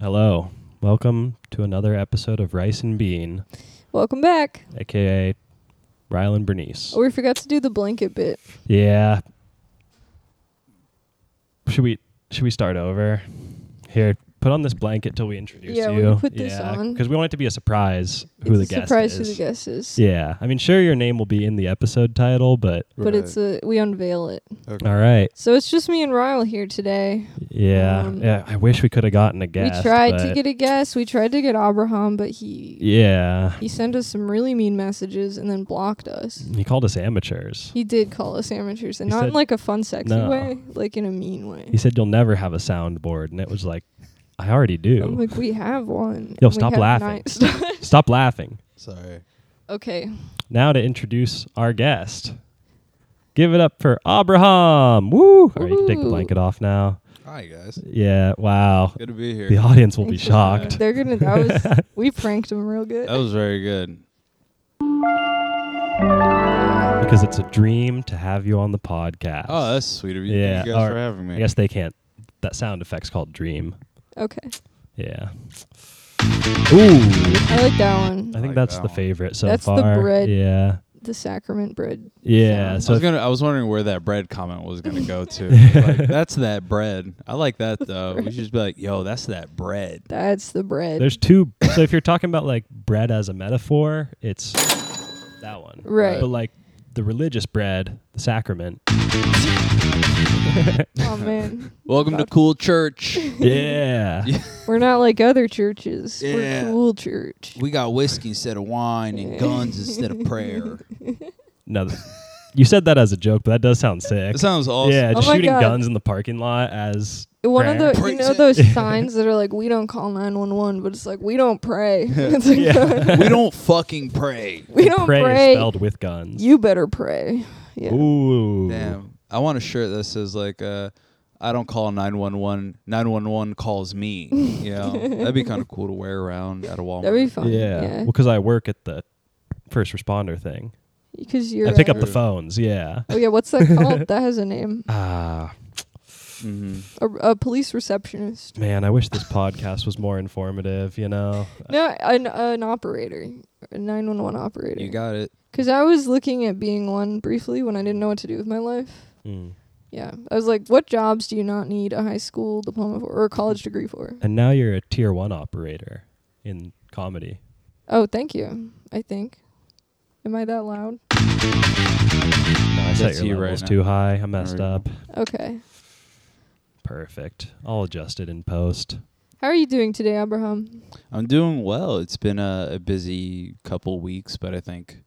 Hello. Welcome to another episode of Rice and Bean, Welcome back. aka Rylan Bernice. Oh, we forgot to do the blanket bit. Yeah. Should we should we start over? Here, put on this blanket till we introduce Yeah, you. when you put this on. Because we want it to be a surprise who the it's a guest surprise is. who the guest is. Yeah. I mean sure your name will be in the episode title, but But it's a we unveil it. Okay. all right. So it's just me and Ryle here today. Yeah. Um, yeah. I wish we could have gotten a guest. we tried to but- get a guest. We tried to get Abraham, but he Yeah. he sent us some really mean messages and then blocked us. He called us amateurs. He did call us amateurs, and He not in said- like a fun, sexy No. way, like in a mean way. He said you'll never have a soundboard, and it was like, I already I'm do. like, we have one. Yo, We stop have laughing. nine- Stop laughing. Sorry. okay, Now to introduce our guest. Give it up for Abraham. Woo! All right, you can take the Woohoo. blanket off now. Hi guys. Yeah, wow. Good to be here. The audience will be Thanks for shocked. They're gonna. That was we pranked him real good. That was very good. Because it's a dream to have you on the podcast. Oh, that's sweet of you. Yeah, Thank you guys alright. for having me. I guess they can't. That sound effect's called Dream. Okay, Yeah. Ooh. I like that one. I think like that's that the one. favorite so That's the far. bread. Yeah. the sacrament bread. Yeah. I So was gonna. I was wondering where that bread comment was gonna go to. like, that's that bread. I like that though. We should just be like, yo, that's that bread. That's the bread. There's two. so if you're talking about like bread as a metaphor, it's that one. Right. But like the religious bread, the sacrament. oh man, Welcome to Cool Church. Yeah. Yeah. we're not like other churches. Yeah. We're cool church. we got whiskey instead of wine and guns instead of prayer. no, th- you said that as a joke, but that does sound sick. That sounds awesome. Yeah, Oh just my shooting God. guns in the parking lot as One of prayer. the you Praise know it. those signs that are like we don't call nine one one, but it's like we don't pray. It's like, Yeah. we don't fucking pray. we don't pray, pray. is spelled with guns. You better pray. Yeah. Ooh. Damn. I want a shirt that says like uh I don't call 911. 911 calls me. You know, that'd be kind of cool to wear around at a Walmart. That'd be fun. Yeah. Oh, Yeah. Because I work at the first responder thing. Because you're. I pick up uh, the phones. Yeah. Oh yeah, what's that called? that has a name. Ah, Mhm. A, a police receptionist. man, I wish this podcast was more informative. You know. No, an an operator, a nine one one operator. You got it. Because I was looking at being one briefly when I didn't know what to do with my life. Hmm. Mm. Yeah. I was like, what jobs do you not need a high school diploma for or a college degree for? And now you're a tier one operator in comedy. Oh, thank you. I think. Am I that No, loud? I set That's your you right levels now. too high. I messed There we up. Okay. Perfect. I'll adjust it in post. How are you doing today, Abraham? I'm doing well. It's been a, a busy couple weeks, but I think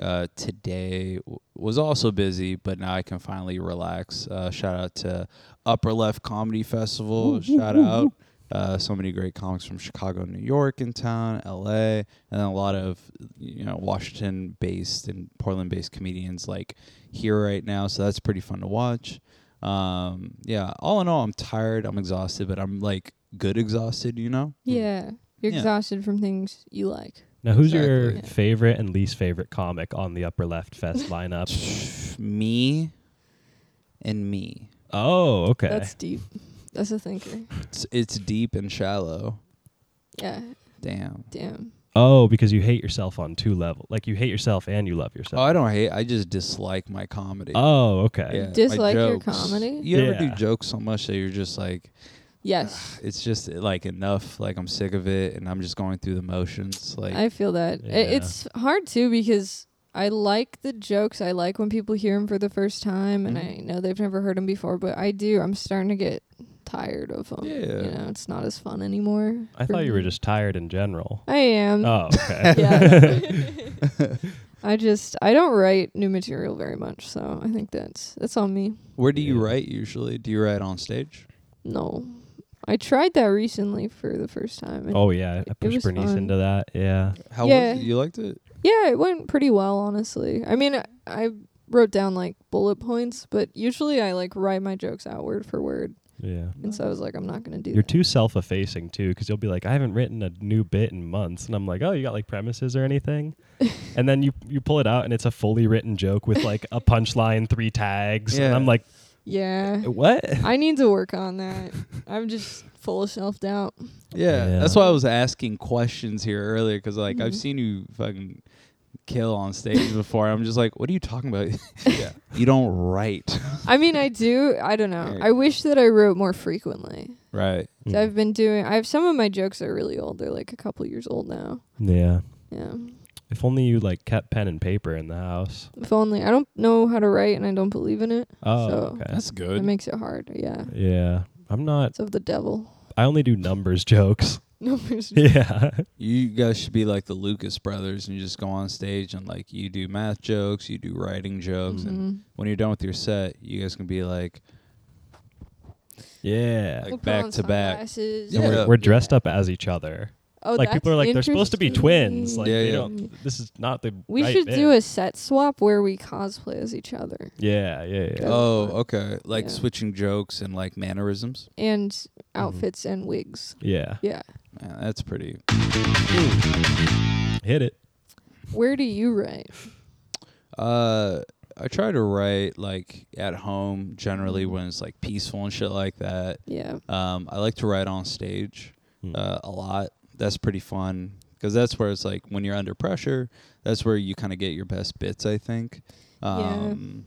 uh, today w- was also busy, but now I can finally relax. Uh, shout out to Upper Left Comedy Festival. shout out. Uh, so many great comics from Chicago, New York in town, LA, and then a lot of you know Washington based and Portland based comedians like here right now. So that's pretty fun to watch. Um, yeah, all in all, I'm tired. I'm exhausted, but I'm like good exhausted, you know? Yeah. You're Yeah. exhausted from things you like. Now, who's your Exactly. favorite and least favorite comic on the Upper Left Fest lineup? me and me. oh, okay. That's deep. That's a thinker. It's, it's deep and shallow. Yeah. Damn. Damn. oh, because you hate yourself on two levels. Like you hate yourself and you love Oh, yourself. I don't hate. I just dislike my comedy. oh, okay. Yeah, my Dislike your jokes. comedy? You ever do Yeah. jokes so much that you're just like, Yes. it's just eh, like enough. Like I'm sick of it, and I'm just going through the motions. Like I feel that. I- Yeah. It's hard too because I like the jokes. I like when people hear them for the first time, and Mhm. I know they've never heard them before, but I do. I'm starting to get tired of them. You Yeah. know, it's not as fun anymore. I for thought you were me. just tired in general. I am. Oh, okay. Yeah. I just I don't write new material very much, so I think that's that's on me. where do you Yeah. write usually? Do you write on stage? No, I tried that recently for the first time. and- oh, yeah. I It pushed was Bernice fun. into that. Yeah. How Yeah. was it? You liked it? Yeah, it went pretty well, honestly. I mean, I- I wrote down like bullet points, but usually I like write my jokes out word for word, Yeah. and so I was like, I'm not gonna do You're that. too self-effacing too, because you'll be like, "I haven't written a new bit in months," and I'm like, "Oh, you got like premises or anything?" and then you you pull it out, and it's a fully written joke with like a punchline, three tags, and Yeah. I'm like, Yeah. What? I need to work on that. I'm just full of self doubt. Yeah, Yeah. that's why I was asking questions here earlier because like I've Mhm. seen you fucking kill on stage before. I'm just like, what are you talking about? yeah, you don't write, I mean, I do. I don't know. Right. I wish that I wrote more frequently. right? So I've been doing. I have some of my jokes are really old. They're like a couple years old now. yeah. Yeah. If only you like kept pen and paper in the house. If only. I don't know how to write, and I don't believe in it. Oh, So- okay. That's That good. makes it hard. Yeah. yeah. I'm not. It's of the devil. I only do numbers jokes. Numbers. yeah. you guys should be like the Lucas brothers and you just go on stage and like you do math jokes, you do writing jokes, and Mhm. when you're done with your set, you guys can be like Yeah. Like We'll put back on to back. sunglasses. And Yeah. we're, we're dressed up as each other. Oh, like people that's are like they're supposed to be twins. Like interesting. Yeah, they yeah. don't. This is not the. we right should bit. do a set swap where we cosplay as each other. Yeah. Yeah. Yeah. Oh, okay. Like Yeah. switching jokes and like mannerisms. and Mm-hmm. outfits and wigs. Yeah. Yeah. Man, that's pretty. Hit it. Where do you write? Uh, I try to write like at home generally when it's like peaceful and shit like that. Yeah. Um, I like to write on stage Hmm. uh, a lot. That's pretty fun because that's where it's like when you're under pressure, that's where you kind of get your best bits. I think. Um,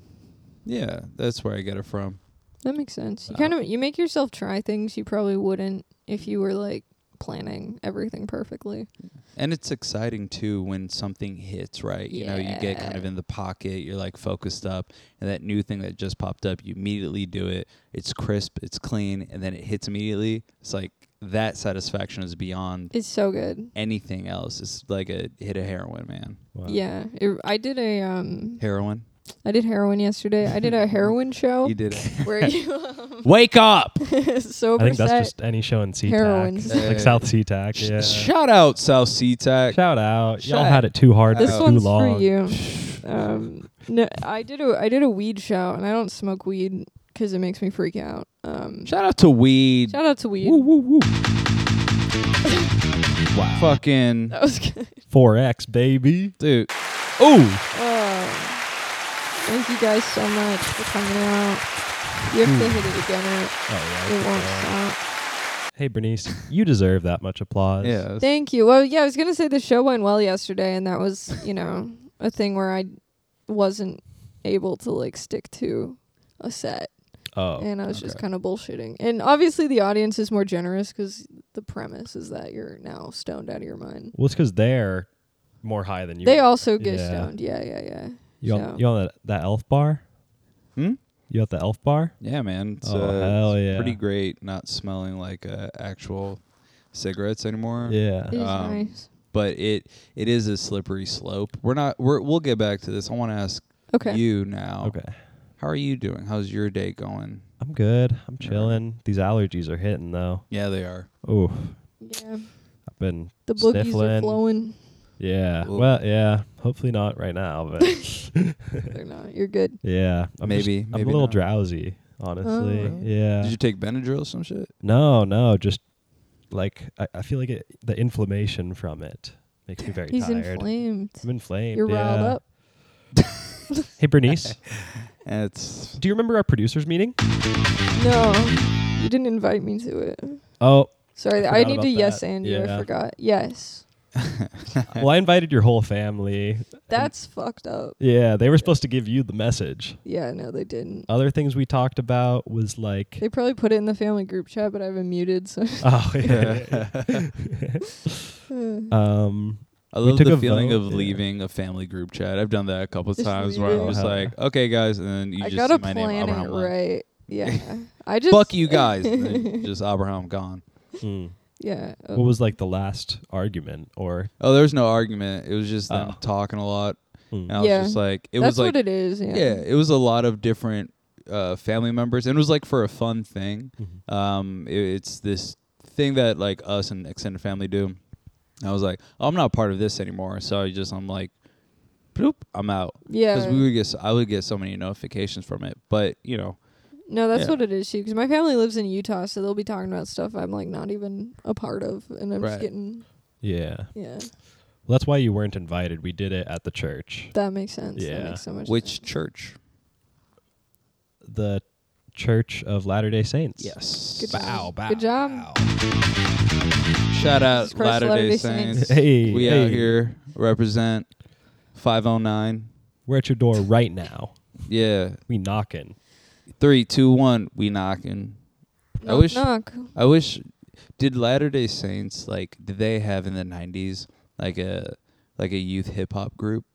yeah. that's where I get it from. That makes sense. You Uh, kind of you make yourself try things you probably wouldn't if you were like planning everything perfectly. And it's exciting too when something hits, right? You know, you get kind Yeah. of in the pocket, you're like focused up, and that new thing that just popped up, you immediately do it. It's crisp, it's clean, and then it hits immediately. It's like that satisfaction is beyond It's so good. anything else. It's like a hit of heroin, man. Wow. Yeah. It, I did a um Heroin? I did heroin yesterday. I did a heroin show You did it. where you um, Wake up! sober I think that's set. just any show in Heroin. SeaTac. Hey. Like South SeaTac. Sh- Yeah. Shout out South SeaTac. Shout out. Y'all Shout had it too hard out. for this out. too one's long. for you. Um, no, I did a I did a weed show and I don't smoke weed because it makes me freak out. Um, Shout out to Weed. shout out to weed. Woo, woo, woo. Wow. Fucking. That was good. 4X, baby. Dude. Oh! Um, thank you guys so much for coming out. You have to Mm. hit it again. Right? Oh, yeah. It won't stop. Hey, Bernice, you deserve that much applause. Yeah. Thank you. Well, yeah, I was gonna say the show went well yesterday, and that was you know a thing where I wasn't able to like stick to a set, Oh. and I was just okay. kind of bullshitting. And obviously, the audience is more generous because the premise is that you're now stoned out of your mind. Well, it's because they're more high than you. they are. also get yeah. stoned. Yeah, yeah, yeah. You so- on, you on that, that elf bar? Hmm? You at the elf bar? Yeah, man. It's, Oh, uh, hell it's yeah. pretty great not smelling like uh, actual cigarettes anymore. Yeah. It is Um, nice. But it it is a slippery slope. We're not. We're, we'll get back to this. I want to ask Okay. you now. Okay. How are you doing? How's your day going? I'm good. I'm Yeah. chilling. These allergies are hitting, though. Yeah, they are. Oh, yeah. I've been. The boogies are sniffling. flowing. Yeah. Ooh. Well, yeah. Hopefully not right now, but They're not. You're good. yeah. I'm just- Maybe- I'm a maybe little not. drowsy, honestly. Oh, really? Yeah. Did you take Benadryl or some shit? No, no, just like I, I feel like it, the inflammation from it makes me very He's tired. inflamed. I'm inflamed. You're yeah. riled up. Hey, Bernice, It's do you remember our producers meeting? No, you didn't invite me to it. Oh, Sorry, I I, forgot need about to yes that. and you. Yeah. I forgot. Yes, well, I invited your whole family. that's fucked up. Yeah, they were supposed to give you the message. Yeah, no, they didn't. Other things we talked about was like, They probably put it in the family group chat, but I have it muted. So oh yeah. um, I love took the a feeling vote, of yeah. leaving a family group chat. I've done that a couple Just times leave where it. I'm just Uh-huh. like, okay, guys, and then you I just gotta see my name, plan it Abraham. Lang. right. Yeah, I just Fuck you guys, and then just Abraham gone. hmm. Yeah, uh, what was like the last argument or? Oh, there was no argument. It was just them Oh. talking a lot. hmm. And I was Yeah. just like, it that's was like, what it is. Yeah. yeah, it was a lot of different uh, family members. And it was like for a fun thing. Mhm. Um, it- it's this thing that like us and extended family do. And I was like, oh, I'm not part of this anymore. So I just, I'm like, bloop, I'm out. Because yeah. we would get, so, I would get so many notifications from it. But, you know, no, that's yeah. what it is too. Because my family lives in Utah, so they'll be talking about stuff I'm like not even a part of, and I'm Right. just getting Yeah. yeah. Well, that's why you weren't invited. We did it at the church. That makes sense. That Yeah. makes so much which sense. church? The Church of Latter Day Saints. Yes. Good job. Bow, bow, Good job. bow. Shout out Jesus Christ, Latter Day Latter-day Saints. Saints. Hey, We hey, out here represent 509. We're at your door right now. Yeah, We knocking. three, two, one. We knocking. I Knock, wish- knock. I wish. Did Latter Day Saints like? Did they have in the '90s like a like a youth hip hop group?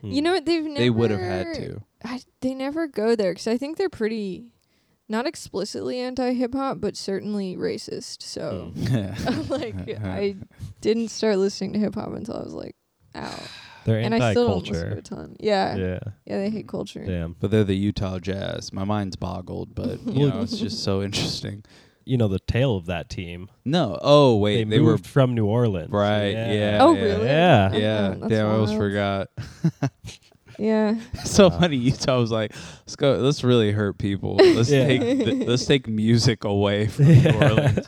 Hmm. You know what? They've never. They would have had to. I, they never go there because I think they're pretty, not explicitly anti hip hop, but certainly racist. So Hmm. like I didn't start listening to hip hop until I was like, out, they're and I still don't listen to anti-culture. a ton. Yeah, yeah, Yeah, they hate culture. damn. but they're the Utah Jazz. My mind's boggled, but you know it's just so interesting. You know the tail of that team. No, oh wait, they, they, were moved from New Orleans. right. Yeah. Oh, yeah. really? Yeah. Oh, Yeah, that's damn, I almost wild. forgot. Yeah, Uh-huh. so Wow. funny. Utah was like, let's go. Let's really hurt people. Let's Yeah. take th- let's take music away from New Orleans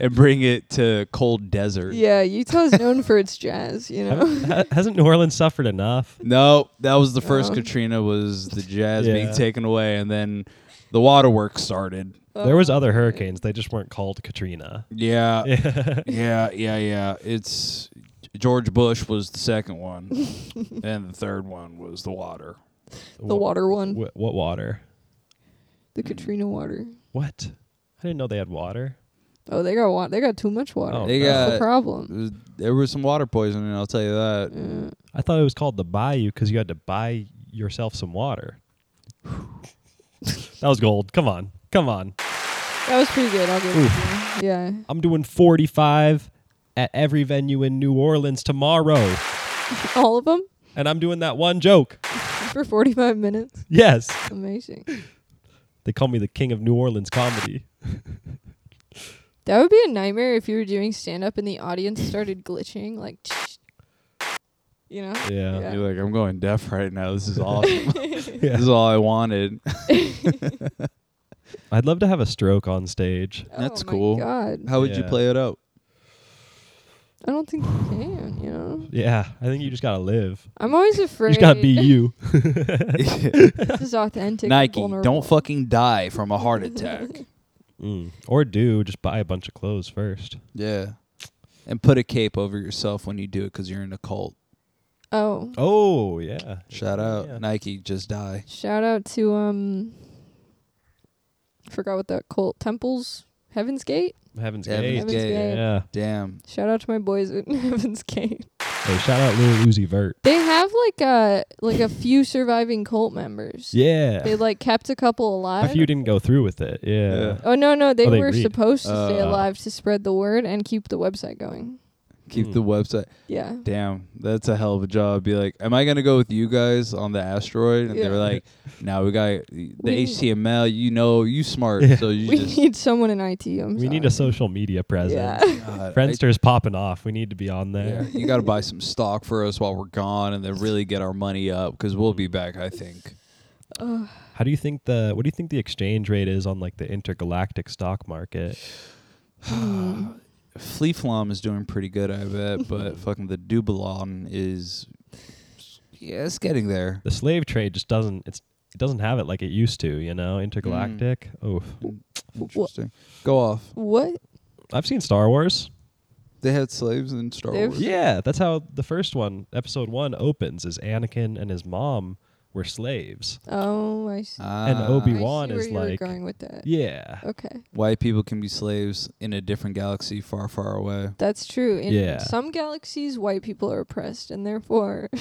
and bring it to cold desert. yeah. Utah's known for its jazz. You know. Haven't- ha- hasn't New Orleans suffered enough? No, that was the first Oh. Katrina was the jazz being Yeah. taken away, and then the waterworks started. there was Oh, other hurricanes. They just weren't called Katrina. Yeah, Yeah. yeah, yeah, yeah. It's George Bush was the second one, and the third one was the water. The water one, Wh- what water? the Katrina water. What? I didn't know they had water. Oh, they got water. They got too much water. Oh, They no. That's got- the problem. There was some water poisoning. I'll tell you that. Uh, I thought it was called the Bayou because you had to buy yourself some water. that was gold. Come on. Come on. that was pretty good. I'll give it to you. Yeah. I'm doing 45 at every venue in New Orleans tomorrow. All of them And I'm doing that one joke. for 45 minutes. Yes. Amazing. They call me the king of New Orleans comedy. That would be a nightmare if you were doing stand up and the audience started glitching, like, you know? Yeah. Yeah. You're like, I'm going deaf right now. This is awesome. Yeah. This is all I wanted. I'd love to have a stroke on stage. That's oh my cool. God. How would you Yeah. play it out? I don't think you can, you know? Yeah. I think you just got to live. I'm always You afraid. just got to be you. this is authentic. and Nike, vulnerable. don't fucking die from a heart attack. Mm. Or do. Just buy a bunch of clothes first. yeah. And put a cape over yourself when you do it because you're in a cult. Oh. Oh, yeah. Shout out Yeah. Nike, just die. Shout out to, um, forgot what that cult, Temples, Heaven's Gate? Heaven's Heaven's Gate. Heaven's Gate. Gate. Yeah. Damn. Shout out to my boys at Heaven's Gate. Hey, shout out Lil Uzi Vert. They have like a like a few surviving cult members. Yeah. They like kept a couple A alive. few didn't go through with it. Yeah. Yeah. oh no no, they Oh, they were read. supposed to stay Uh. alive to spread the word and keep the website going. Keep Mm. the website. Yeah. Damn, that's a hell of a job. Be like, am I gonna go with you guys on the asteroid? And they were Yeah. like, no, we got the We- HTML. You know, you smart, Yeah. so you We just. need someone in IT. I'm We need a sorry. social media Yeah. presence. God, I- Friendster's popping off. We need to be on Uh, Yeah, there. you got to buy some stock for us while we're gone, and then really get our money up because we'll be back. I think. Ugh. How do you think the what do you think the exchange rate is on like the intergalactic stock market? Hmm. Flea Flom is doing pretty good, I bet, but fucking the Dubalon is. Yeah, it's getting there. The slave trade just doesn't it's it doesn't have it like it used to, you know, intergalactic. Oof. Interesting. Go off. what? I've seen Star Wars. They had slaves in Star They've- Wars. Yeah, that's how the first one, episode one, opens is Anakin and his mom were slaves. Oh, I see. and Ah. I Obi see Wan where is you were like going with that. Yeah. Okay. White people can be slaves in a different galaxy far, far away. That's true. In Yeah. some galaxies white people are oppressed and therefore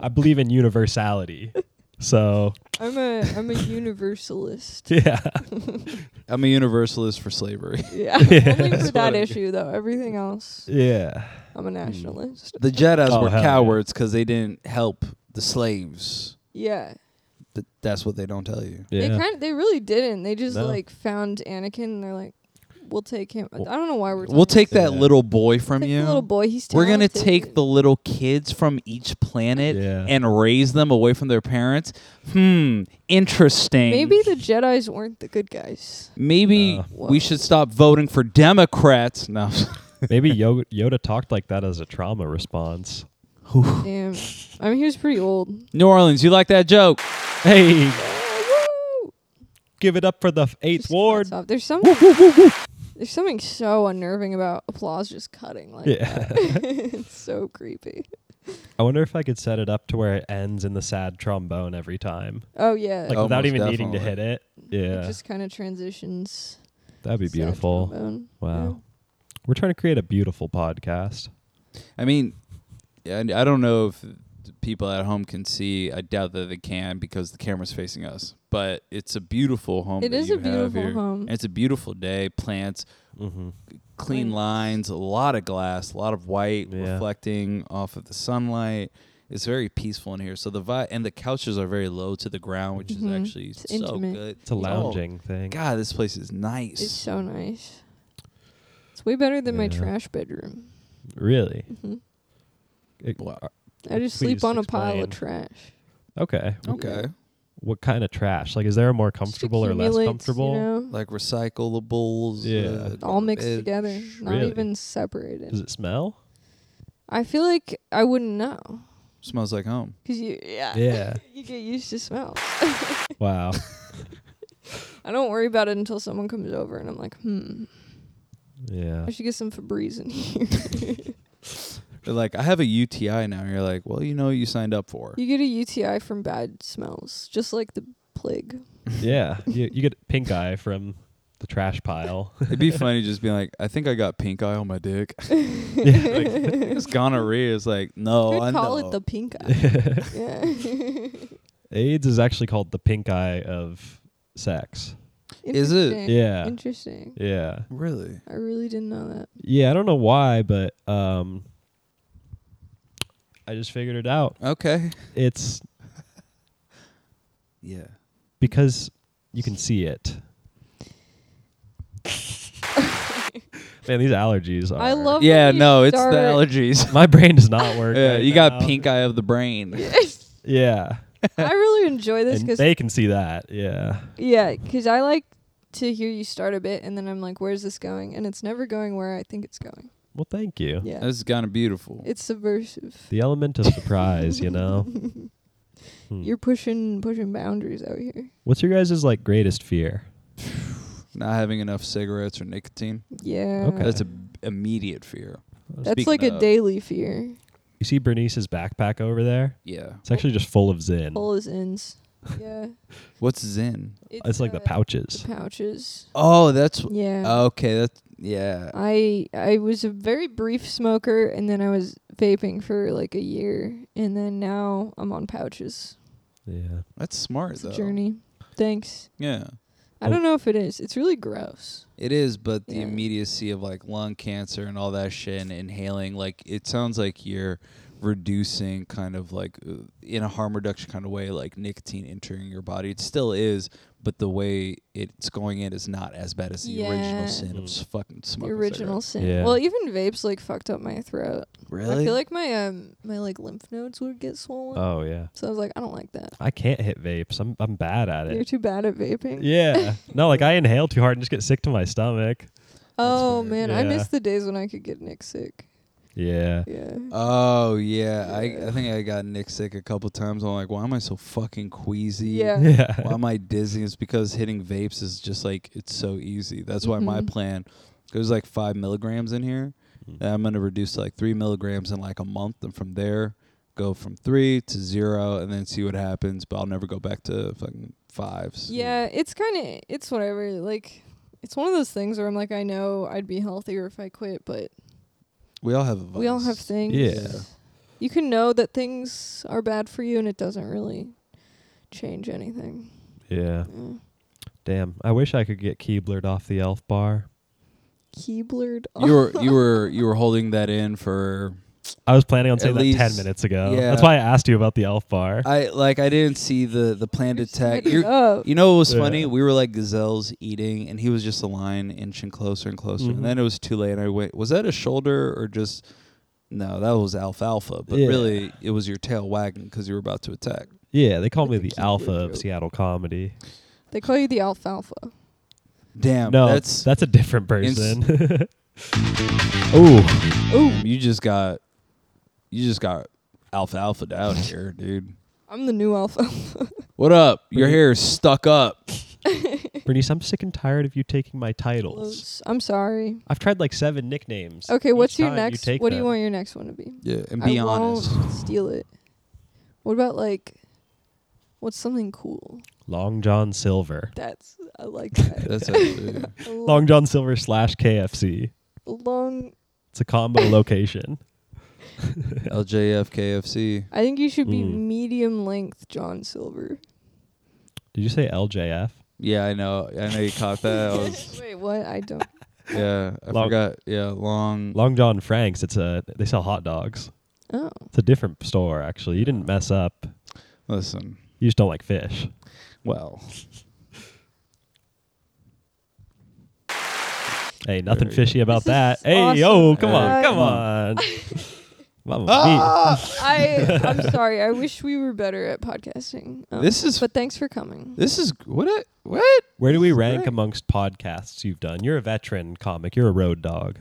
I believe in universality. so I'm a I'm a universalist. yeah. I'm a universalist for slavery. Yeah. Only That's for what that I- issue though. Everything else Yeah. Hmm. I'm a nationalist. The Jedi's Oh, were hell yeah. cowards because they didn't help the slaves. Yeah. Th- that's what they don't tell you. Yeah. They kind of they really didn't. They just No. like found Anakin and they're like we'll take him. Well- I don't know why we're We'll talking take that Yeah. little boy about- from take you. the little boy. He's We're gonna going to take the little kids from each planet Yeah. and raise them away from their parents. Hmm, interesting. Maybe the Jedi's weren't the good guys. maybe Uh. we should stop voting for Democrats. No, Maybe Yoda, Yoda talked like that as a trauma response. Damn. I mean, he was pretty old. New Orleans, you like that joke? Hey, Give it up for the eighth Just ward. cuts off. There's some. There's something so unnerving about applause just cutting like Yeah. that. it's so creepy. I wonder if I could set it up to where it ends in the sad trombone every time, Oh yeah. like it without Almost even needing to hit definitely. it. Yeah, just kind of transitions. that'd be sad beautiful. trombone. Wow, we're trying to create a beautiful podcast. I mean, I, I don't know if the people at home can see. I doubt that they can because the camera's facing us. But it's a beautiful home. It that is you a have beautiful here. home. And it's a beautiful day. Plants, Mm-hmm. clean Plants. lines, a lot of glass, a lot of white Yeah. reflecting off of the sunlight. It's very peaceful in here. So the vi- and the couches are very low to the ground, which Mhm. is actually It's so intimate. good. It's a Oh, lounging thing. God, this place is nice. It's so nice. It's way better than my Yeah. trash bedroom. Really? hmm It- uh, Wow. I just Please sleep on a pile of explain. trash. Okay. okay, What kind of trash? Like, is there a more Oh. Just comfortable or less accumulates, comfortable? You know, like recyclables. Yeah. uh, all mixed it- together, not really? even separated. Does it smell? I feel like I wouldn't know Smells like home. because you, yeah, Yeah. you get used to smells. wow. I don't worry about it until someone comes over and I'm like, hmm, Yeah. I should get some Febreze in here. They're like, I have a UTI now. And you're like, well, you know what you signed up for. you get a UTI from bad smells, just like the plague. Yeah. You, you get pink eye from the trash pile. It'd be funny just being like, I think I got pink eye on my dick. like, it's gonorrhea. It's like, no, Could Oh, I call know. it the pink eye. yeah. AIDS is actually called the pink eye of sex. Is it? Mm-hmm. Interesting. Yeah. Interesting. Yeah. really. I really didn't know that. Yeah. I don't know why, but um, I just figured it out. Okay. It's Yeah. because you can see it. Man, these allergies are. I love. Yeah. when you No, it's start, the allergies. My brain does not work. Yeah, right you now. got pink eye of the brain. Yeah, I really enjoy this and because they can see that. Yeah, yeah, because I like to hear you start a bit and then I'm like, where's this going? And it's never going where I think it's going. Well, thank you. Yeah. This is kind of beautiful. It's subversive. The element of surprise, you know. Hmm. You're pushing pushing boundaries out here. What's your guys' like greatest fear? Not having enough cigarettes or nicotine. Yeah. Okay. That's a b- immediate fear. That's Speaking like a of- daily fear. You see Bernice's backpack over there? Yeah. It's actually just full of Zin. All is ins. Yeah. What's Zen? It's like the uh, pouches. the pouches. Oh, that's Yeah. okay. That's yeah. I I was a very brief smoker and then I was vaping for like a year and then now I'm on pouches. Yeah. That's smart It's though. a journey. Thanks. Yeah. I Oh. don't know if it is. It's really gross. It is, but the Yeah. immediacy of like lung cancer and all that shit and inhaling, like it sounds like you're reducing kind of like uh, in a harm reduction kind of way, like nicotine entering your body. It still is, but the way it's going in is not as bad as the Yeah. original sin Mm. of s- fucking The smoking. original sin. Yeah. Well, even vapes like fucked up my throat. cigarettes. Really? I feel like my um my like lymph nodes would get swollen. Oh yeah. so I was like, I don't like that. I can't hit vapes. I'm I'm bad at You're it. too bad at vaping. Yeah. No, like I inhale too hard and just get sick to my stomach. Oh fair. man, I Yeah. miss the days when I could get Nick sick. Yeah. Yeah. Oh yeah, I, Yeah. I think I got Nick sick a couple times. I'm like, why am I so fucking queasy? Yeah. Yeah. why am I dizzy? It's because hitting vapes is just like it's so easy. That's why my Mhm. plan there's like five milligrams in here. Mhm. And I'm gonna reduce to like three milligrams in like a month, and from there go from three to zero, and then see what happens. But I'll never go back to fucking fives. Yeah, it's kind of it's whatever. Like it's one of those things where I'm like I know I'd be healthier if I quit, but we all have. A we all vice. have things. Yeah. You can know that things are bad for you and it doesn't really change anything. Yeah. Yeah. Damn. I wish I could get Keeblered off the elf bar. Keeblered. You were you were you were holding that in for I was planning on saying At that ten least- minutes ago. yeah. That's why I asked you about the elf bar. I like I didn't see the the planned attack. You're, Oh, You know what was funny? Yeah. We were like gazelles eating, and he was just a line inching closer and closer. Mhm. And then it was too late, and I went, Was that a shoulder or just. No, that was alfalfa, but Yeah. really it was your tail wagging because you were about to attack. yeah, they call me Like the a Keebler alpha of joke. Seattle comedy. they call you the alfalfa. Damn, no, that's, that's a different person. oh, Oh, you just got you just got alfalfa down here, dude. I'm the new alfalfa. What up? Your Pretty- hair is stuck up. Bernice, I'm sick and tired of you taking my titles. Close. I'm sorry. I've tried like seven nicknames. Okay, Each what's your time you next? take what do you them. want your next one to be? Yeah, and be I honest. won't steal it. What about like, what's something cool? Long John Silver. That's I like that. That's actually I lo- Long John Silver slash KFC. long. It's a combo location. LJF KFC. I think you should be Mm. medium length John Silver. Did you say LJF? Yeah, I know. I know you caught that. I was, Wait, what? I don't. yeah, I Long- forgot. Yeah, long. Long John Frank's. It's a they sell hot dogs. Oh, It's a different store actually. You didn't mess up. Listen. You just don't like fish. Well, Hey, nothing Very good. fishy about that. Hey, awesome. yo, come on, Uh, come Come on. Mamma Ah. I I'm sorry. I wish we were better at podcasting. Um, This is- But thanks for coming. this is what I, what mia. Where do we This is rank great. amongst podcasts you've done? You're a veteran comic. You're a road dog.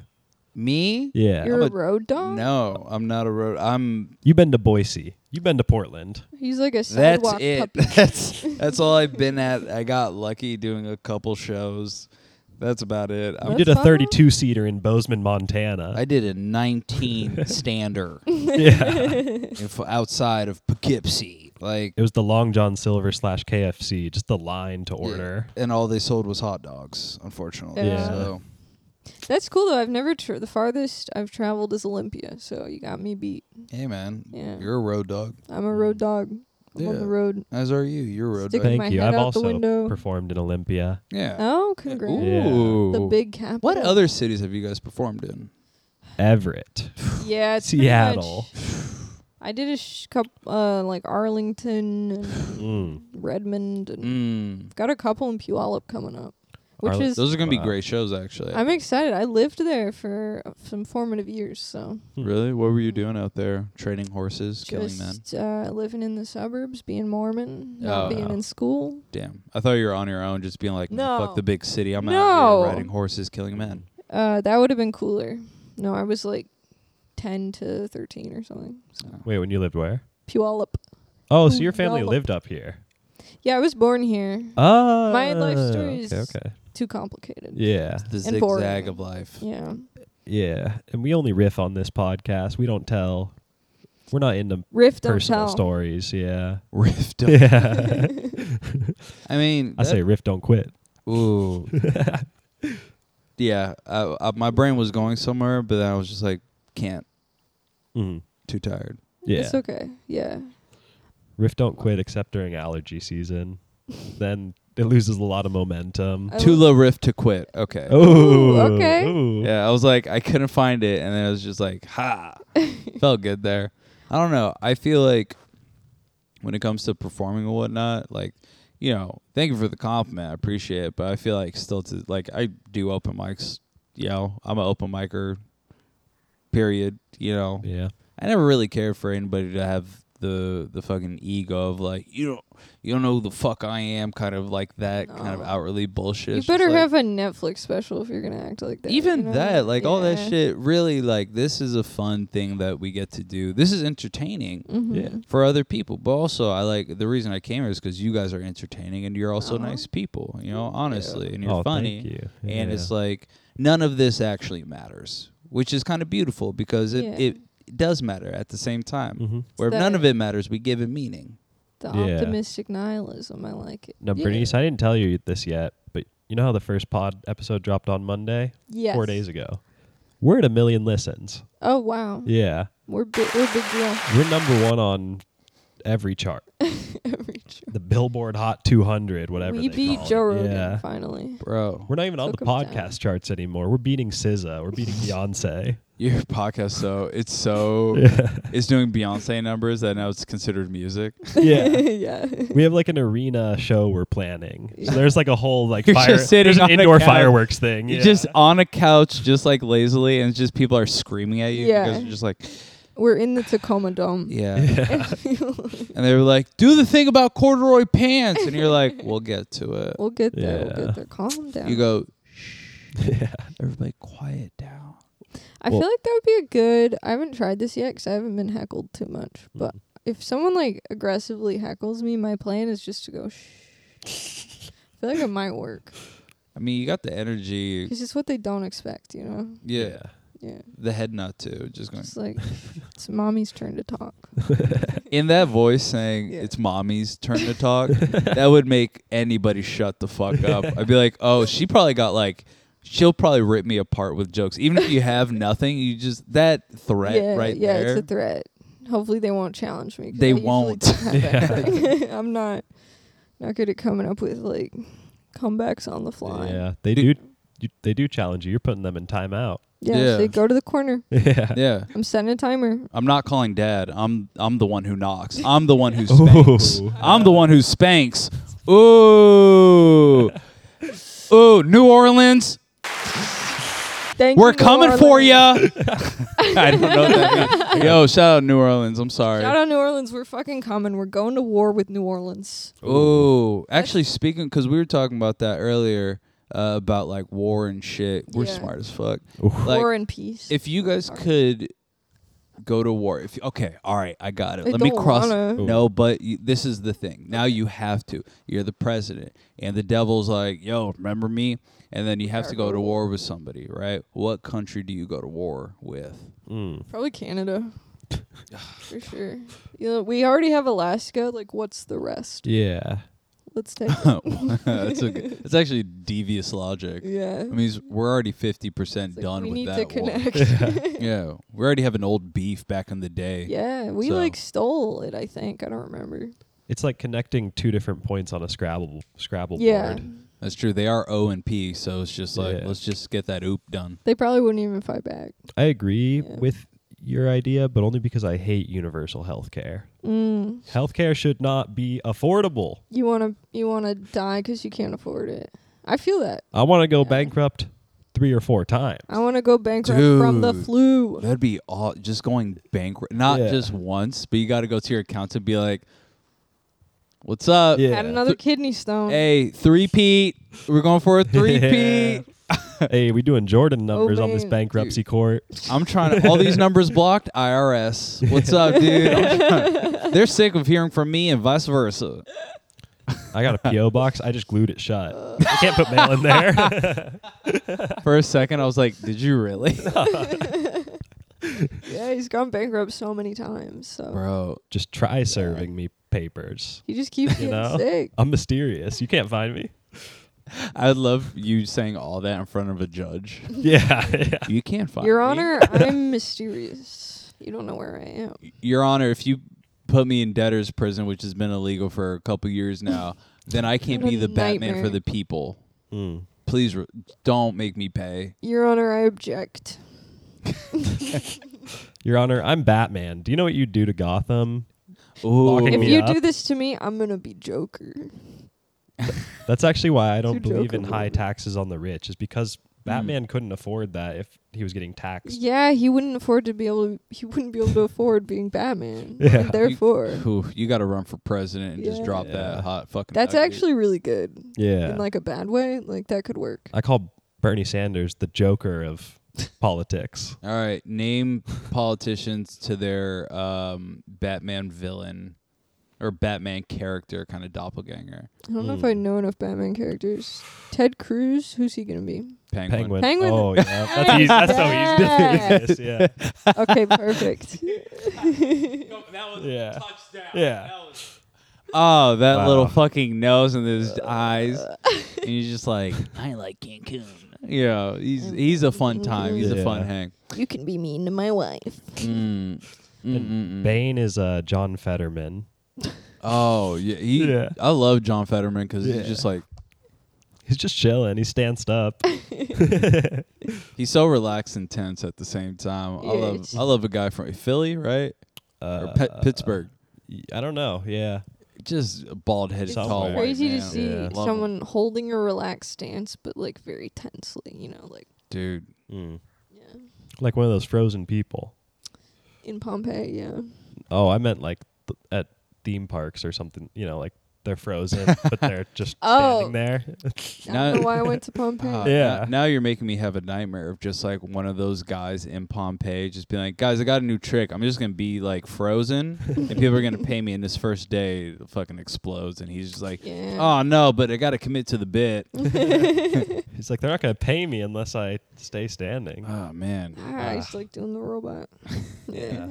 me? Yeah. You're a I'm a- road dog. No, I'm not a road. I'm. You've been to Boise. You've been to Portland. He's like a That's sidewalk it. puppy. That's that's all I've been at. I got lucky doing a couple shows. That's about it. You I'm, That's did a fine. 32 seater in Bozeman, Montana. I did a 19 stander yeah. in- for outside of Poughkeepsie. Like It was the Long John Silver slash KFC, just the line to order. and all they sold was hot dogs, unfortunately. Yeah. So That's cool though. I've never tra- the farthest I've traveled is Olympia, so you got me beat. hey man, Yeah. you're a road dog. I'm a road dog. I'm on Mm. Yeah. the road. As are you. You're a road Stick- dog. Thank my you. head I've out the also window. performed in Olympia. Yeah. Oh, congrats! Yeah. Ooh. The big capital. What other cities have you guys performed in? Everett. Yeah, it's pretty Seattle. much- I did a sh- couple, uh, like Arlington, and Mm. Redmond, and Mm. got a couple in Puyallup coming up, which Arli- is Those are gonna be Wow. great shows, actually. I'm excited. I lived there for uh, some formative years, so really. What were you doing out there? Training horses, killing men. just uh, living in the suburbs, being Mormon, not Oh, being no. in school. Damn. I thought you were on your own, just being like, No. "Fuck the big city. I'm No. out here riding horses, killing men." Uh, that would have been cooler. No, I was like ten to thirteen or something. Wait, when you lived where? Puyallup. Oh, so Ooh, your family Yolo. lived up here. Yeah, I was born here. Oh. My life story is- Okay, okay. Too complicated. Yeah. The And boring. zigzag of life. Yeah. Yeah. And we only riff on this podcast. We don't tell. We're not into Rift don't personal tell. stories. Yeah. Rift. Up. Yeah. I mean, I that- say riff, don't quit. Ooh. yeah, I, I, my brain was going somewhere, but then I was just like, can't. Mm. Too tired. Yeah. It's okay. Yeah. Riff don't quit except during allergy season. then it loses a lot of momentum. I Too love- low riff to quit. Okay. Oh, Uh, Ooh, okay. Yeah, I was like, I couldn't find it, and then I was just like, ha. Felt good there. I don't know. I feel like when it comes to performing and whatnot, like, you know, thank you for the compliment. I appreciate it, but I feel like still to like I do open mics. You know, I'm an open micer. Period. You know, Yeah. I never really cared for anybody to have the the fucking ego of like you don't you don't know who the fuck I am, kind of like that kind of No. outwardly bullshit. You It's just better like- have a Netflix special if you're gonna act like that. even you know? that, like all that Yeah. shit. Really, like this is a fun thing that we get to do. This is entertaining Mhm. for other people, but also I like the reason I came here is because you guys are entertaining and you're also Aw. nice people. You know, honestly, and you're oh, funny, Thank you. and it's Yeah. like none of this actually matters, which is kind of beautiful because it Yeah. it. does matter at the same time. Mhm. Where if that- none of it matters, we give it meaning. The Yeah. optimistic nihilism. I like it. Now, Yeah. Bernice, I didn't tell you this yet, but you know how the first pod episode dropped on Monday? Yes. Four days ago. We're at a million listens. Oh wow. Yeah. We're big. We're big deal. We're number one on every chart. Every trip. The Billboard Hot 200, whatever. We they beat call it. Joe Rogan Yeah. finally. Bro, We're not even on Took the 'em down. podcast charts anymore. We're beating SZA. We're beating Beyonce. your podcast though, it's so it's doing Beyonce numbers that now it's considered music. yeah. yeah. We have like an arena show we're planning. So Yeah. there's like a whole like You're fire, just sitting there's an on a indoor couch. fireworks thing. You're yeah. just on a couch, just like lazily, and just people are screaming at you. Yeah. You guys are just like, We're in the Tacoma Dome. yeah. yeah. And they were like, do the thing about corduroy pants, and you're like, we'll get to it. We'll get there. We'll Yeah. get there. Calm down. You go, shh. Everybody, quiet down. I Well- feel like that would be a good. I haven't tried this yet 'cause I haven't been heckled too much. Mm. But if someone like aggressively heckles me, my plan is just to go shh. feel like it might work I mean, you got the energy. because it's what they don't expect, you know. Yeah, Yeah, the head nut too. Just going it's like it's mommy's turn to talk. in that voice saying Yeah. it's mommy's turn to talk. that would make anybody shut the fuck up. I'd be like, oh, she probably got like. She'll probably rip me apart with jokes. Even if you have nothing, you just that threat yeah, right yeah, there. it's a threat. Hopefully they won't challenge me. 'cause They I usually won't. don't have that thing. I'm not not good at coming up with like comebacks on the fly. Yeah, they do. Dude. You, they do challenge you. You're putting them in timeout. Yeah, Yeah. so you go to the corner. Yeah. yeah. I'm setting a timer. I'm not calling dad. I'm I'm the one who knocks. I'm the one who spanks. Ooh. I'm the one who spanks. Ooh. Ooh, New Orleans, Thank we're you, New coming for Orleans. ya. I don't know what that means. Yo, shout out New Orleans. I'm sorry. Shout out New Orleans. We're fucking coming. We're going to war with New Orleans. Ooh, Oh, actually speaking because we were talking about that earlier uh, about like war and shit. We're Yeah. smart as fuck. Ooh. Like war and peace. if you guys could go to war, if okay, all right, I got it. I Let me don't cross. wanna. Ooh. No, but you, this is the thing. Now you have to. You're the president, and the devil's like, "Yo, remember me?" And then you have to go to war with somebody, right? What country do you go to war with? Mm. Probably Canada. for sure. You know, we already have Alaska. Like, what's the rest? Yeah. Let's take. it. that's, a good- that's actually devious logic. yeah. I mean, we're already fifty It's percent like, done we with need that. to war. connect. Yeah, we already have an old beef back in the day. yeah, we So- like stole it. I think I don't remember. It's like connecting two different points on a Scrabble Scrabble Yeah, board. That's true. They are O and P, so it's just like Yeah. let's just get that oop done. they probably wouldn't even fight back. I agree Yeah. with your idea, but only because I hate universal health care. Mm. Health care should not be affordable. You wanna you wanna die 'cause you can't afford it. I feel that. I want to go Yeah. bankrupt three or four times. I wanna go bankrupt from the Dude. flu. That'd be all just going bankrupt. Not Yeah. just once, but you got to go to your accountant and be like, "What's up? Yeah. Had another Th- kidney stone. Hey, three Pete. We're going for a three Pete. hey, we doing Jordan numbers on this man. bankruptcy court. I'm trying to, all these numbers blocked. IRS. What's up, dude? I'm trying- they're sick of hearing from me and vice versa. I got a PO box. I just glued it shut. I can't put mail in there. For a second, I was like, "Did you really, Yeah, he's gone bankrupt so many times. So bro? just try serving me papers. he just keeps getting know? sick. I'm mysterious. You can't find me. I would love you saying all that in front of a judge. Yeah. yeah. You can't find Your me. Honor, I'm mysterious. You don't know where I am. Your Honor, if you put me in debtor's prison, which has been illegal for a couple years now, then I can't What be a the Batman nightmare. for the people. Mm. Please re- don't make me pay. Your Honor, I object. Your Honor, I'm Batman. Do you know what you do to Gotham? Ooh. Locking If me you up. do this to me, I'm gonna be Joker. That's actually why I don't It's Hmm. a believe in Joker high movie. taxes on the rich, is because Batman couldn't afford that if he was getting taxed. Yeah, he wouldn't afford to be able. To, he wouldn't be able to afford being Batman. Yeah. And therefore, Ooh, you got to run for president and just drop Yeah. that hot fucking. that's nugget. actually really good Yeah. in like a bad way. Like that could work. I call Bernie Sanders the Joker of politics. All right, name politicians to their um, Batman villain or Batman character kind of doppelganger. I don't know if I Hmm. know enough Batman characters. Ted Cruz, who's he gonna be? Penguin. Penguin. Penguin. Oh, yeah. That's, easy. That's so easy. yes, yeah. Okay, perfect. Yeah. Yeah. Oh, that Wow. Uh, little fucking nose and those eyes. and you're just like, I like Cancun. Yeah, he's he's a fun time. He's a Yeah. fun hang. you can be mean to my wife. Mm. Mm-mm-mm. Bane is uh, John Fetterman. Oh yeah, he, Yeah. I love John Fetterman because Yeah. he's just like He's just chilling. He stands up. he's so relaxed and tense at the same time. I Yeah, love it's- I love a guy from Philly, right? Uh, or Pet Pittsburgh. I don't know. Yeah. Just bald headed It's tall. Somewhere. white Crazy to man. see Yeah. Love him. someone holding a relaxed stance, but like very tensely. You know, like dude. Mm. yeah, Like one of those frozen people. in Pompeii. Yeah. Oh, I meant like th- at theme parks or something. You know, like They're frozen, but they're just Oh. standing there. I don't No. know why I went to Pompeii. Uh, Yeah. n- Now you're making me have a nightmare of just like one of those guys in Pompeii just being like, guys, I got a new trick. I'm just going to be like frozen and people are going to pay me. And this first day it fucking explodes. And he's just like, yeah. Ah. oh no, but I got to commit to the bit. He's like, they're not going to pay me unless I stay standing. oh man. Ah, I Ah. just like doing the robot. Yeah.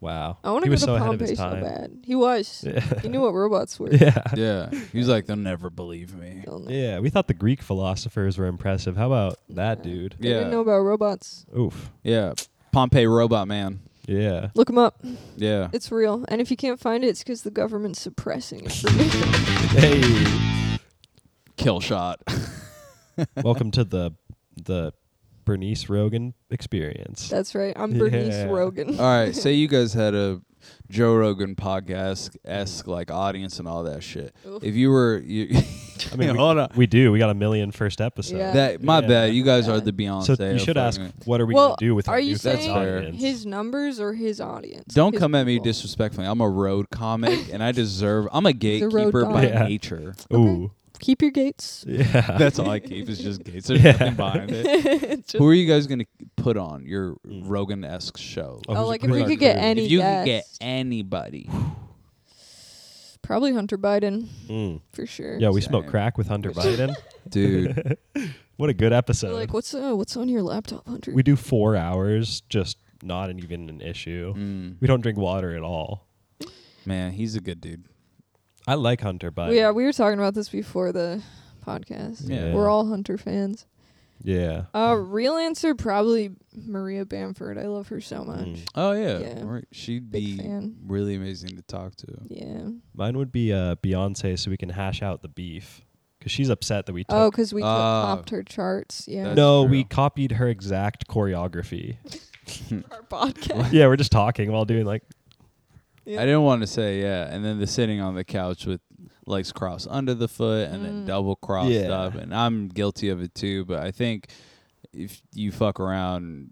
wow. I want He to go was to so ahead of Pompeii his so time. bad. He was. Yeah. He knew what robots were. yeah. Yeah. He was like, they'll never believe me. Don't know. Yeah. We thought the Greek philosophers were impressive. How about that dude? They Yeah. didn't know about robots. Oof. Yeah. Pompeii robot man. Yeah. Look them up. Yeah. It's real. And if you can't find it, it's because the government's suppressing it. Hey. Kill shot. Welcome to the the Bernice Rogan experience. That's right. I'm Bernice Yeah. Rogan. All right, say you guys had a Joe Rogan podcast esque like audience and all that shit. Oof. If you were, you, I mean, we, hold on. we do. We got a million first episodes. Yeah. That my Yeah. bad. You guys Yeah. are the Beyonce. So you of should ask, fucking- what are we Well, going to do with Are our you new That's saying fair. audience? his numbers or his audience? Don't His come at me people. disrespectfully. I'm a road comic, and I deserve. I'm a road gatekeeper by dog. Yeah. nature. Ooh. Keep your gates. Yeah. That's all I keep is just gates. There's Yeah. nothing behind it. Just- Who are you guys gonna put on your Mm. Rogan esque show? Oh, oh, who's like a if we great could get recruiter? any if you could get guest, anybody, probably Hunter Biden Mm. for sure. Yeah, we smoked Same. crack with Hunter Biden. dude, What a good They're episode. like what's uh, what's on your laptop, Hunter? we do four hours, just not an- even an issue. Mm, We don't drink water at all. man, he's a good dude. I like Hunter Well, Biden. yeah, we were talking about this before the podcast. Yeah. We're all Hunter fans. Yeah. Uh, real answer probably Maria Bamford. I love her so much. Mm. Oh yeah, Yeah. Right. she'd Big be fan. really amazing to talk to. Yeah. Mine would be uh, Beyonce, so we can hash out the beef because she's upset that we Oh, took. because we Ah. topped her charts. Yeah. That's no, true. we copied her exact choreography. Our podcast. yeah, we're just talking while doing like Yeah. I didn't want to say yeah, and then the sitting on the couch with legs crossed under the foot and then Mm. double crossed Yeah. up, and I'm guilty of it too. But I think if you fuck around,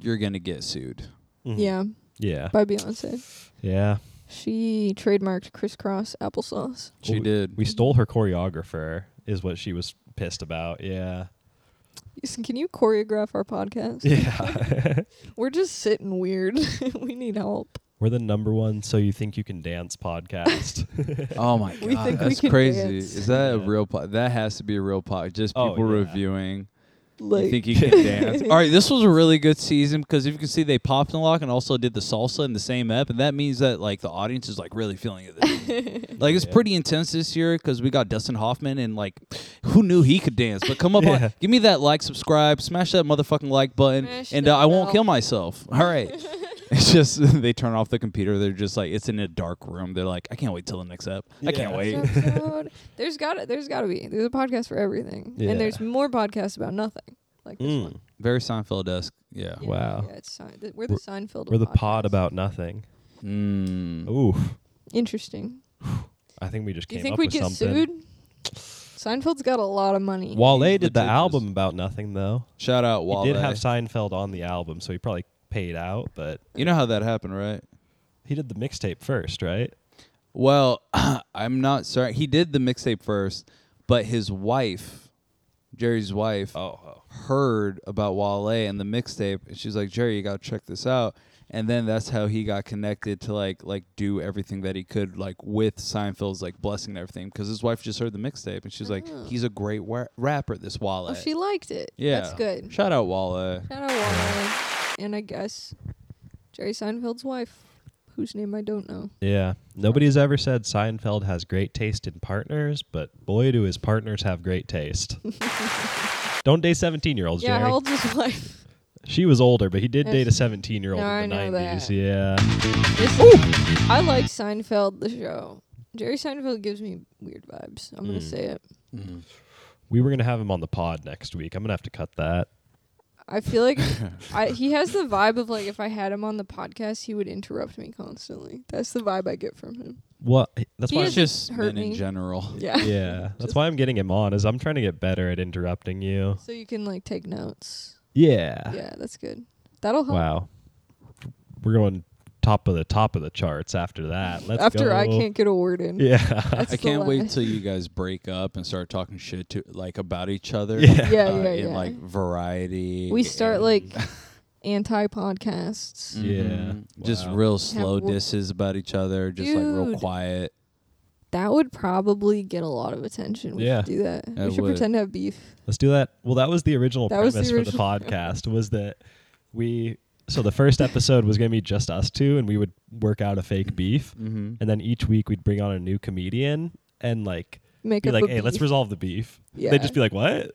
you're gonna get sued. mhm. Yeah. yeah, By Beyonce. yeah. She trademarked crisscross applesauce. She Well, did. We stole her choreographer, is what she was pissed about. Yeah, Listen, Can you choreograph our podcast? yeah. We're just sitting weird. we need help. we're the number one. So you think you can dance podcast? oh my god, We think we that's can crazy. dance. Is that a Yeah. real pod? That has to be a real pod. Just Oh, people yeah. reviewing. Like you think you can dance? All right, this was a really good season because if you can see, they popped and lock and also did the salsa in the same ep, and that means that like the audience is like really feeling it. This season. like it's Yeah. pretty intense this year because we got Dustin Hoffman and like who knew he could dance? But come up, Yeah. on, give me that like, subscribe, smash that motherfucking like button, Smash and that uh, I won't bell. kill myself. All right. It's just they turn off the computer. They're just like it's in a dark room. They're like, I can't wait till the next ep. I can't Yeah. wait. episode. There's gotta there's gotta be. There's a podcast for everything. Yeah. And there's more podcasts about nothing. Like this Mm. one. Very Seinfeld esque. Yeah. Yeah, Wow. Yeah, it's Sein- th- we're the We're- Seinfeld. of we're the pod podcasts. about nothing. Mm. Oof. Interesting. I think we just Do came you think up we with get something. sued? Seinfeld's got a lot of money. Wale He's did the litigious. album about nothing though. Shout out Wale. He did have Seinfeld on the album, so he probably paid out, but you know how that happened, right? he did the mixtape first, right? Well, I'm not sorry. He did the mixtape first, but his wife, Jerry's wife, Oh. heard about Wale and the mixtape, and she's like, "Jerry, you gotta check this out." And then that's how he got connected to like like do everything that he could like with Seinfeld's like blessing and everything because his wife just heard the mixtape and she's like, Oh. "He's a great wa- rapper, this Wale." Well, Oh, she liked it. yeah, That's good. Shout out Wale. Shout out Wale. And I guess Jerry Seinfeld's wife, whose name I don't know. Yeah. Nobody's ever said Seinfeld has great taste in partners, but boy do his partners have great taste. Don't date 17-year-olds, Yeah, Jerry. how old's his wife? She was older, but he did Yeah, date a she- 17-year-old No, in the I know 90s. that. Yeah. Listen, I like Seinfeld, the show. Jerry Seinfeld gives me weird vibes. I'm going Mm. to say it. We were going to have him on the pod next week. I'm going to have to cut that. I feel like I, he has the vibe of like if I had him on the podcast, he would interrupt me constantly. That's the vibe I get from him. What? That's He why is- It's just hurt men in me. general. Yeah. Yeah. That's why I'm getting him on is I'm trying to get better at interrupting you. So you can like take notes. Yeah. Yeah, that's good. That'll help. Wow. We're going top of the top of the charts after that. Let's After go. I can't get a word in. Yeah. That's I the can't wait last- till you guys break up and start talking shit to like about each other. Yeah. Yeah, uh, yeah, in yeah. like variety. We start and- like anti podcasts. Yeah. Mhm. Just Wow. real slow wor- disses about each other, just like real Dude. quiet. That would probably get a lot of attention. We Yeah. should do that. That we should would. pretend to have beef. Let's do that. Well, that was the original That was premise the original- for the podcast was that we so the first episode was going to be just us two and we would work out a fake beef Mm-hmm. and then each week we'd bring on a new comedian and like Make be up like, a "Hey, let's beef." resolve the beef." yeah. They'd just be like, "What?"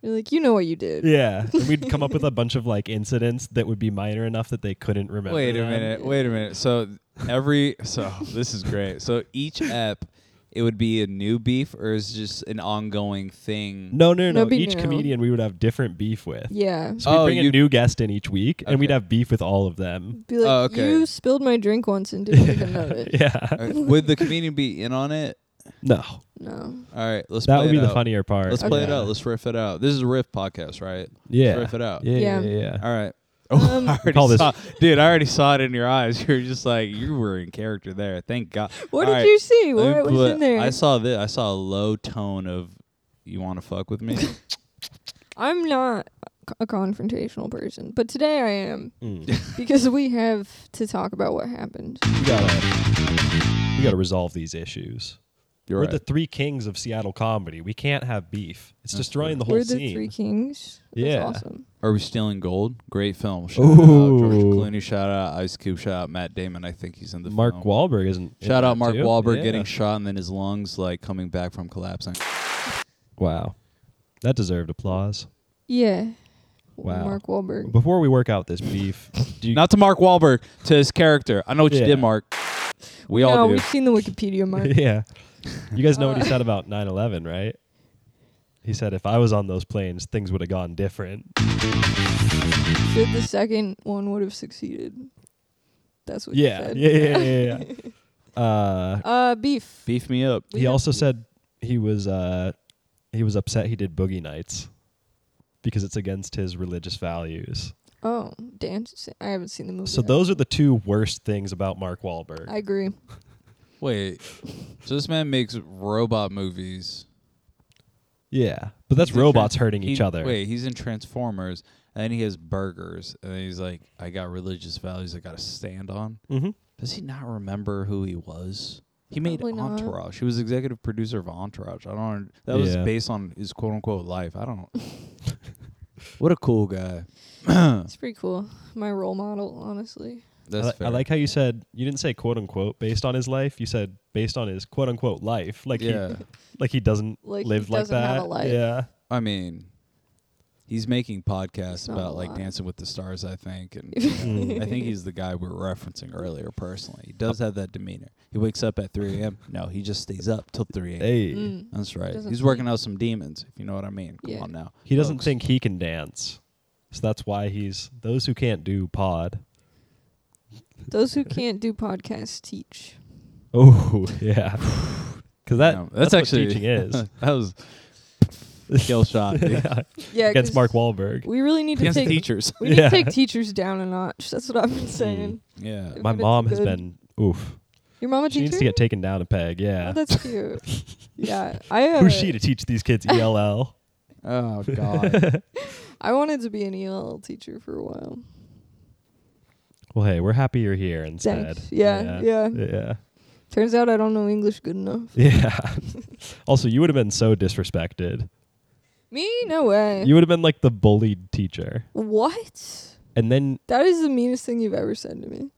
You're like, you know what you did. Yeah. And we'd come up with a bunch of like incidents that would be minor enough that they couldn't remember. Wait a them. minute. Wait a minute. So every so this is great. So each ep, it would be a new beef, or is it just an ongoing thing? No, no, no. That'd be Each new. comedian we would have different beef with. Yeah. So we'd Oh, bring a you'd- new guest in each week and we'd Okay. have beef with all of them. Be like, Oh, okay. you spilled my drink once and didn't even notice. yeah. Uh, would the comedian be in on it? No. No. All right, let's. That play would be it the out. funnier part. Let's play it Yeah. out. Let's riff it out. This is a riff podcast, right? Let's Yeah. riff it out. Yeah. Yeah. Yeah. yeah, yeah. All right. Oh, Um, I already call this- saw, dude. I already saw it in your eyes. You're just like you were in character there. Thank God. What All did right. you see? Let me What was put- in there? I saw this. I saw a low tone of you want to fuck with me. I'm not a confrontational person, but today I am Mm. because we have to talk about what happened. we gotta we gotta resolve these issues. uh, You're We're right. the three kings of Seattle comedy. We can't have beef. It's That's destroying true. the whole We're the scene. three kings. That's Yeah. awesome. Are we stealing gold? Great film. Shout out George Ooh. Clooney. Shout out Ice Cube. Shout out Matt Damon. I think he's in the Mark film. Wahlberg isn't. in Shout that out Mark too? Wahlberg Yeah. getting shot and then his lungs like coming back from collapsing. Wow, that deserved applause. Yeah. Wow. Mark Wahlberg. Before we work out this beef, do you, Not to Mark Wahlberg, to his character. I know what Yeah. you did, Mark. We all no, do. we've seen the Wikipedia mark. yeah, you guys know what he said about 9/11, right? He said if I was on those planes, things would have gone different. Said the second one would have succeeded. That's what Yeah, he said. yeah, yeah, yeah. yeah. uh, Uh, beef. Beef me up. We he have- also said he was uh, he was upset he did boogie nights because it's against his religious values. Oh, dance. I haven't seen the movie. So yet. those are the two worst things about Mark Wahlberg. Oh, I agree. Wait. So this man makes robot movies. yeah, but that's He's in robots Trans- hurting he- each other. Wait, he's in Transformers and then he has burgers and then he's like, I got religious values I gotta stand on. hmm Does he not remember who he was? He made Probably not. Entourage. He was executive producer of Entourage. I don't. That was Yeah. based on his quote unquote life. I don't. what a cool guy. It's pretty cool. My role model, honestly. That's I, li- fair. I like how you said you didn't say quote unquote based on his life. You said based on his quote unquote life, like yeah. he like he doesn't Like he live like doesn't have that. a life. Yeah, I mean, he's making podcasts It's not about a like lot. Dancing with the Stars. I think, and you know, I think he's the guy we were referencing earlier. Personally, he does have that demeanor. He wakes up at 3 a.m. No, he just stays up till 3 a.m. hey, Mm. That's right. Doesn't He's working sleep. out some demons, if you know what I mean. Come Yeah. on now. he doesn't folks. think he can dance, so that's why he's those who can't do pod. Those who can't do podcasts teach. Oh yeah, because that No, that's, that's, actually what teaching is that was kill shot dude. Yeah, against 'cause Mark Wahlberg. We really need to against take teachers. we need Yeah. Mm. to take teachers down a notch. That's what I've been saying. Yeah, My but it's mom has good. been oof. Your mom a She teacher? needs to get taken down a peg. Oh, Yeah. that's cute. yeah, I. Uh, Who's she to teach these kids E ELL? Oh God. I wanted to be an EL teacher for a while. well, hey, we're happy you're here instead. Thanks. Yeah, yeah, Yeah. Turns out I don't know English good enough. Yeah. also, you would have been so disrespected. Me? No way. You would have been like the bullied teacher. what? And then That is the meanest thing you've ever said to me.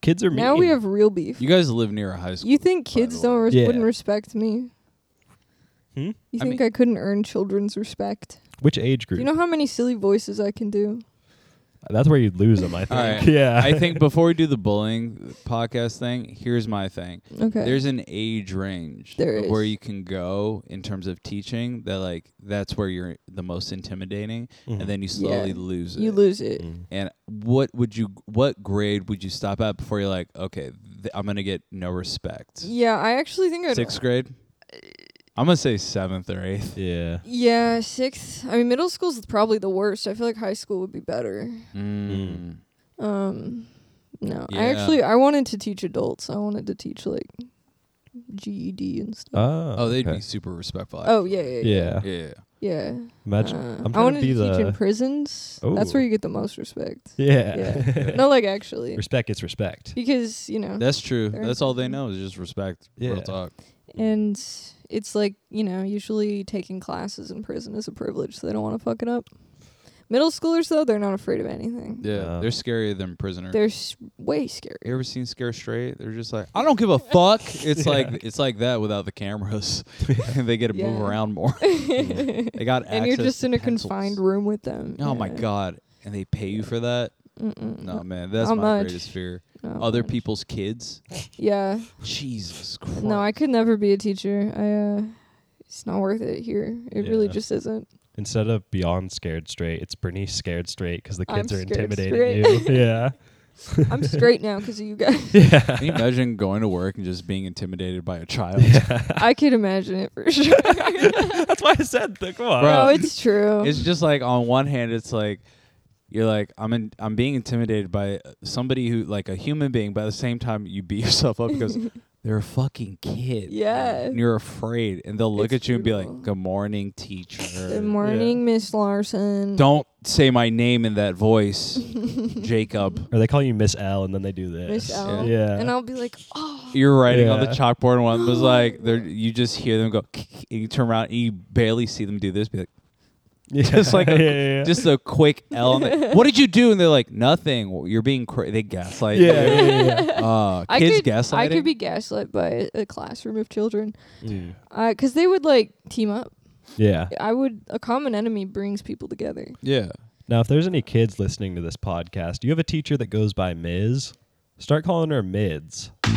kids are mean. Now we have real beef. you guys live near a high school. You think kids the way. don't res- Yeah. wouldn't respect me? Hmm? You I think I, mean- couldn't earn children's respect? Which age Do group? you know how many silly voices I can do? That's where you'd lose them, I think. right. Yeah. I think before we do the bullying podcast thing, here's my thing. Okay. There's an age range There of where is. you can go in terms of teaching that like that's where you're the most intimidating Mhm. and then you slowly Yeah. lose it. you lose it. Mm. And what would you what grade would you stop at before you're like, okay, th- I'm going to get no respect? Yeah, I actually think I'd. Sixth grade? I'm going to say 7th or 8th. Yeah. Yeah, sixth. I mean, middle Mm. school's probably the worst. I feel like high school would be better. Mm. Um, No, Yeah. I actually I wanted to teach adults. I wanted to teach like GED and stuff. Oh, Oh, they'd okay. be super respectful. oh yeah, yeah, yeah. yeah. yeah. yeah. yeah. Imagine Uh, I'm I trying wanted to to, be teach in the prisons. That's where Ooh. you get the most respect. yeah. Yeah. no, like actually, respect gets respect. because you know, That's true. They're That's all they know is just respect. Yeah. Real talk. and it's like you know, usually taking classes in prison is a privilege. So they don't want to fuck it up. Middle schoolers though, they're not afraid of anything. Yeah, Yeah. they're scarier than prisoner. They're s- way scary. you ever seen Scare Straight? They're just like, I don't give a fuck. It's like it's like that without the cameras. they get to move Yeah. around more. they got and you're access just to in a pencils. confined room with them. Oh my Yeah. god! And they pay you for that? Mm-mm. No man, that's How my much? greatest fear. No. Other people's kids. Yeah. Jesus Christ. No, I could never be a teacher. I uh it's not worth it here. It really Yeah. just isn't. Instead of beyond scared straight, it's Bernice scared straight because the I'm kids are scared intimidating you. yeah. I'm straight now because of you guys. Can you imagine going to work and just being intimidated by a child? I could imagine it for sure. That's why I said that. Come on. Bro. no, it's true. It's just like on one hand, it's like you're like I'm in, I'm being intimidated by somebody who like a human being, but at the same time you beat yourself up because they're a fucking kid. Yeah. and you're afraid, and they'll look It's at you and be brutal. like, "Good morning, teacher." Good morning, Miss Larson. Don't say my name in that voice, Jacob. Or they call you Miss L and then they do this. Miss L. Yeah. And I'll be like, oh, You're writing on the Yeah. chalkboard, and one was like, they're- you just hear them go, and you turn around, and you barely see them do this. Be like, yeah. just like a- yeah, yeah, yeah. just a quick L. and they- what did you do? And they're like, nothing. Well, You're being crazy. They gaslight. you. yeah, yeah, yeah, yeah. Uh, I kids could, gaslighting. I could be gaslit by a classroom of children, Mm. because they would like team up. yeah. I would. A common enemy brings people together. Yeah. Now, if there's any kids listening to this podcast, you have a teacher that goes by Ms. Start calling her Mids. Ooh,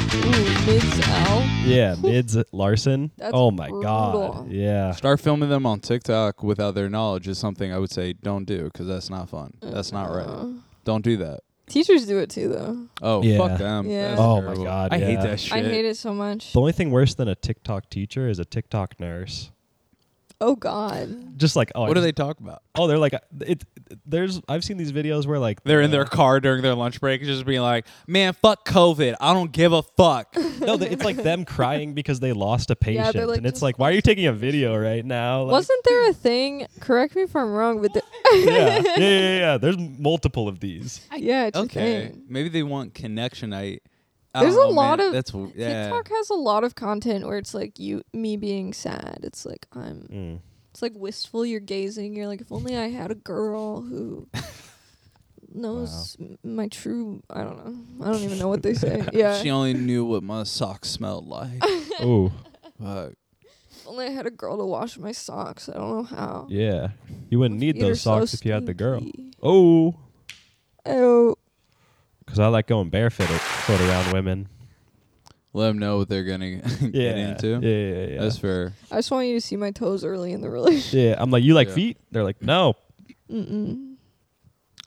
Miss L. Yeah, Mids Larson. That's oh my brutal. god. Yeah. Start filming them on TikTok without their knowledge is something I would say don't do because that's not fun. That's not right. Uh, Don't do that. Teachers do it too, though. Oh Yeah. fuck them. Yeah. That's Oh my terrible. God, I hate yeah. that shit. I hate it so much. The only thing worse than a TikTok teacher is a TikTok nurse. Oh God. Just like oh, I What do just- they talk about? Oh, they're like it. There's I've seen these videos where like They're in the- their car during their lunch break, just being like, "Man, fuck COVID. I don't give a fuck." No, they- it's like them crying because they lost a they're patient, like, and it's just- like, why are you taking a video right now? Like, Wasn't there a thing? Correct me if I'm wrong, but the, yeah, yeah, yeah, yeah, yeah. There's multiple of these. yeah, it's a okay, thing. maybe they want connection. I. I There's don't a know, lot man. of that's w- yeah. TikTok has a lot of content where it's like you, me being sad. It's like I'm. Mm. It's like wistful. You're gazing. You're like, if only I had a girl who knows m my true. I don't know. I don't even know what they say. Yeah. She only knew what my socks smelled like. Oh, Fuck. if only I had a girl to wash my socks. I don't know how. yeah. You wouldn't need Feet are those so socks if you had the girl. stinky. Oh, Oh. because I like going barefoot foot around women. Let them know what they're gonna get Yeah, into. yeah, yeah, yeah. That's fair. I just want you to see my toes early in the relationship. yeah, I'm like, you like Yeah. feet? They're like, no. Mm-mm.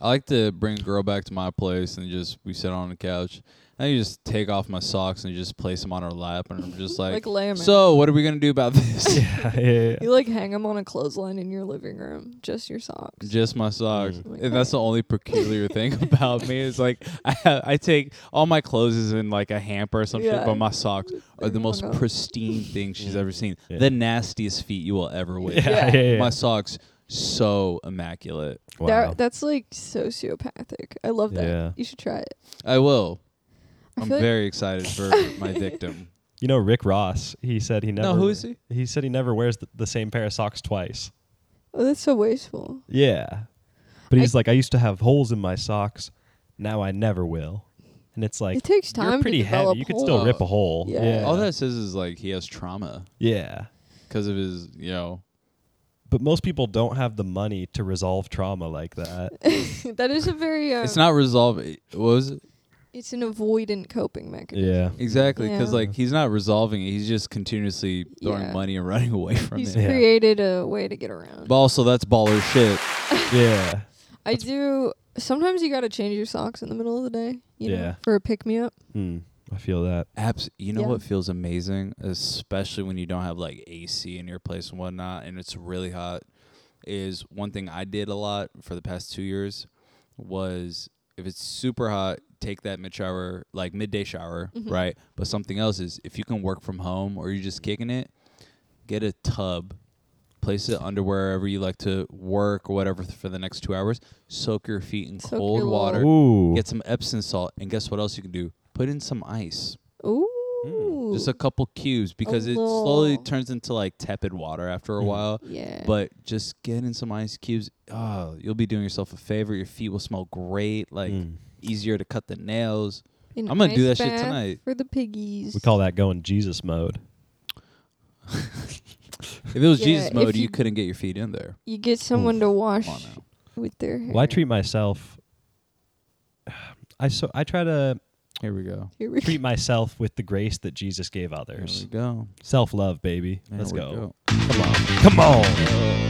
I like to bring a girl back to my place and just we sit on the couch. And I just take off my socks and just place them on her lap, and I'm just like, Like lay 'em out. so what are we gonna do about this? yeah, yeah, yeah. You like hang them on a clothesline in your living room, just your socks. Just my socks, Mm. and that's the only peculiar thing about me is like I have, I take all my clothes is in like a hamper or some shit, Yeah. but my socks are the They're most hung up. pristine thing she's ever seen. Yeah. The nastiest feet you will ever wear. Yeah, yeah, yeah. My socks so immaculate. Wow. That, that's like sociopathic. I love that. Yeah. You should try it. I will. I I'm feel like- very excited for my victim. You know Rick Ross? He said he never. No, who is he? He said he never wears the, the same pair of socks twice. Oh, that's so wasteful. Yeah. But I- he's like, I used to have holes in my socks. Now I never will. And it's like, it takes time you're pretty to heavy. develop. You could whole- still rip a hole. Yeah. Yeah. All that says is like he has trauma yeah. because of his, you know. But most people don't have the money to resolve trauma like that. that is a very. Um, it's not resolved. What was it? It's an avoidant coping mechanism. yeah. Exactly, because Yeah. like he's not resolving it. He's just continuously throwing Yeah. money and running away from He's it. Yeah. created a way to get around. But also, that's baller shit. Yeah. I do. Sometimes you gotta change your socks in the middle of the day. You Yeah. Know, for a pick me up. Mm, I feel that. Abs- you know Yeah. what feels amazing, especially when you don't have like AC in your place and whatnot, and it's really hot. Is one thing I did a lot for the past two years was if it's super hot, take that mid shower, like midday shower, Mm-hmm. right? But something else is if you can work from home or you're just kicking it, get a tub, place it under wherever you like to work or whatever th- for the next two hours. Soak your feet in Soak your cold little- water. Ooh. Get some Epsom salt, and guess what else you can do? Put in some ice, Ooh. Mm. just a couple cubes, because it slowly little. turns into like tepid water after a Mhm. while. yeah. But just get in some ice cubes. Oh, you'll be doing yourself a favor. Your feet will smell great. Like Mm. easier to cut the nails. An I'm gonna do ice that shit bath tonight. for the piggies. We call that going Jesus mode. If it was Yeah, Jesus if mode, you, you- couldn't get your feet in there. you get someone to wash Come on now. with their hair. Well, I treat myself. I so I try to Here we go. Here we treat myself with the grace that Jesus gave There we others. go. Self love, baby. There Let's we go. Come on. Come on.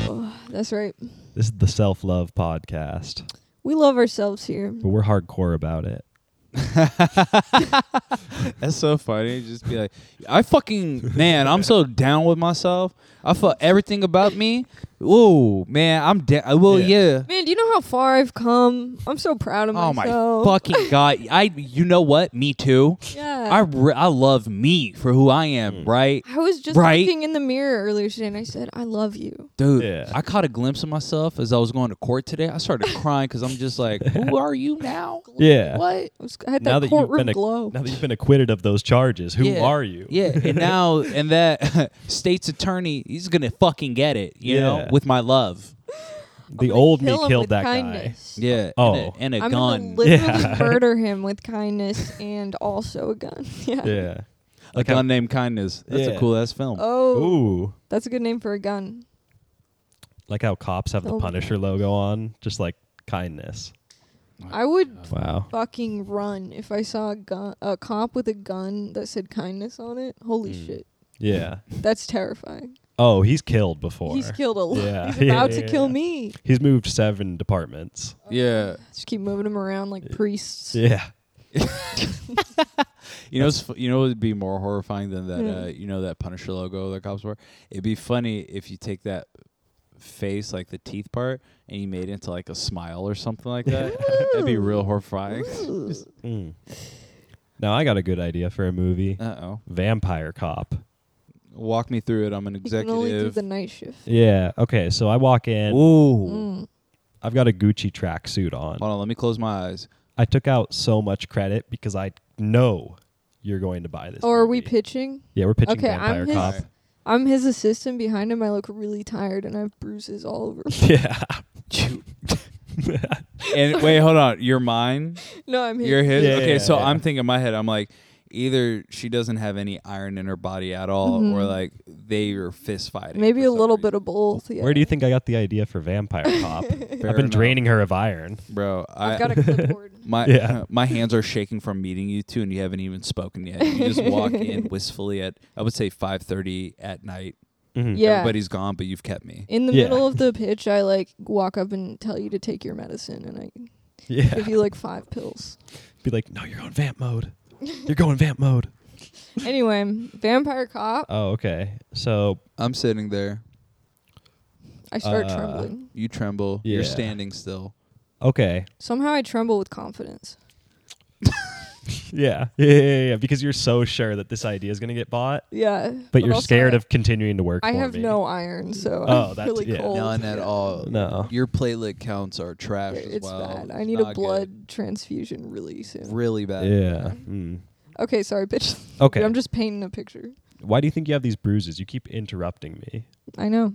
go. That's right. This is the self love podcast, We love ourselves here. but we're hardcore about it. That's so funny. Just be like, I fucking man, I'm so down with myself. I fuck everything about me. Ooh, man, I'm down. well, Yeah. yeah. Man, do you know how far I've come? I'm so proud of Oh my myself. fucking god. I, you know what? Me too. Yeah. I, re- I love me for who I am, Mm. right, I was just Right? looking in the mirror earlier today and I said, I love you. dude. Yeah. I caught a glimpse of myself as I was going to court today. I started crying because I'm just like, who are you now? Yeah. What? I, was, I had Now that that you've courtroom been a- glow. Now that you've been acquitted of those charges, who Yeah. are you? Yeah, and now and that state's attorney, he's gonna fucking get it, you know, Yeah. with my love. The old me him killed with that kindness. Yeah. Oh. And a, and a I'm gonna gun. literally Yeah. murder him with kindness and also a gun. Yeah. guy. Yeah. a Like gun how- named Kindness. That's a Yeah. cool ass film. Oh, Ooh. that's a good name for a gun. Like how cops have the Oh. Punisher logo on, just like kindness. I would Wow. fucking run if I saw a gun, a cop with a gun that said kindness on it. Holy Mm. shit, Yeah. that's terrifying. Oh, he's killed before. He's killed a lot. Yeah, He's yeah, about yeah, to kill yeah. me. He's moved seven departments. Yeah. Just keep moving him around like priests. Yeah. You know, it's, you know, it'd be more horrifying than that. Yeah. Uh, you know, that Punisher logo that cops wear. It'd be funny if you take that face, like the teeth part, and you made it into like a smile or something like that. That'd be real horrifying. Ooh. Mm. Now I got a good idea for a movie. Uh oh. Vampire Cop. Walk me through it. I'm an He can only do executive. the night shift. Yeah. Okay. So I walk in. Ooh. Mm. I've got a Gucci tracksuit on. Hold on. Let me close my eyes. I took out so much credit because I know you're going to buy this. Oh, are we movie. pitching? Yeah, we're pitching Okay, I'm Vampire his- Cop. I'm his assistant behind him. I look really tired and I have bruises all over. Yeah. and wait, hold on. You're mine. no, I'm his. You're his. Yeah, okay, yeah, so yeah. I'm thinking in my head, I'm like, either she doesn't have any iron in her body at all, or like they are fist fighting. Mm-hmm. Maybe for a some little reason. bit of both. Yeah. Where do you think I got the idea for Vampire Cop? I've Fair been enough. draining her of iron. bro. I, I've got a clipboard. my Yeah. my hands are shaking from meeting you two, and you haven't even spoken yet. You just walk in wistfully at I would say 5:30 at night. Mhm. Yeah. Everybody's gone, but you've kept me. In the Yeah. middle of the pitch, I like walk up and tell you to take your medicine, and I Yeah. give you like five pills. Be like, no, you're going vamp mode. You're going vamp mode. Anyway, vampire cop. Oh, okay. So I'm sitting there. I start Uh, trembling. You tremble. You're Yeah. standing still. okay. Somehow I tremble with confidence. Yeah. Yeah, yeah, yeah, yeah. Because you're so sure that this idea is gonna get bought, Yeah, but, you're also scared I- of continuing to work. I for have me. no iron, so Oh, I'm that's- really yeah. cold. None at Yeah. all. No. Your platelet counts are trash as It's well. bad. I It's need a not good. blood transfusion really soon. Really bad. Yeah. Mm. okay, sorry, bitch. Okay. I'm just painting a picture. Why do you think you have these bruises? You keep interrupting me. I know.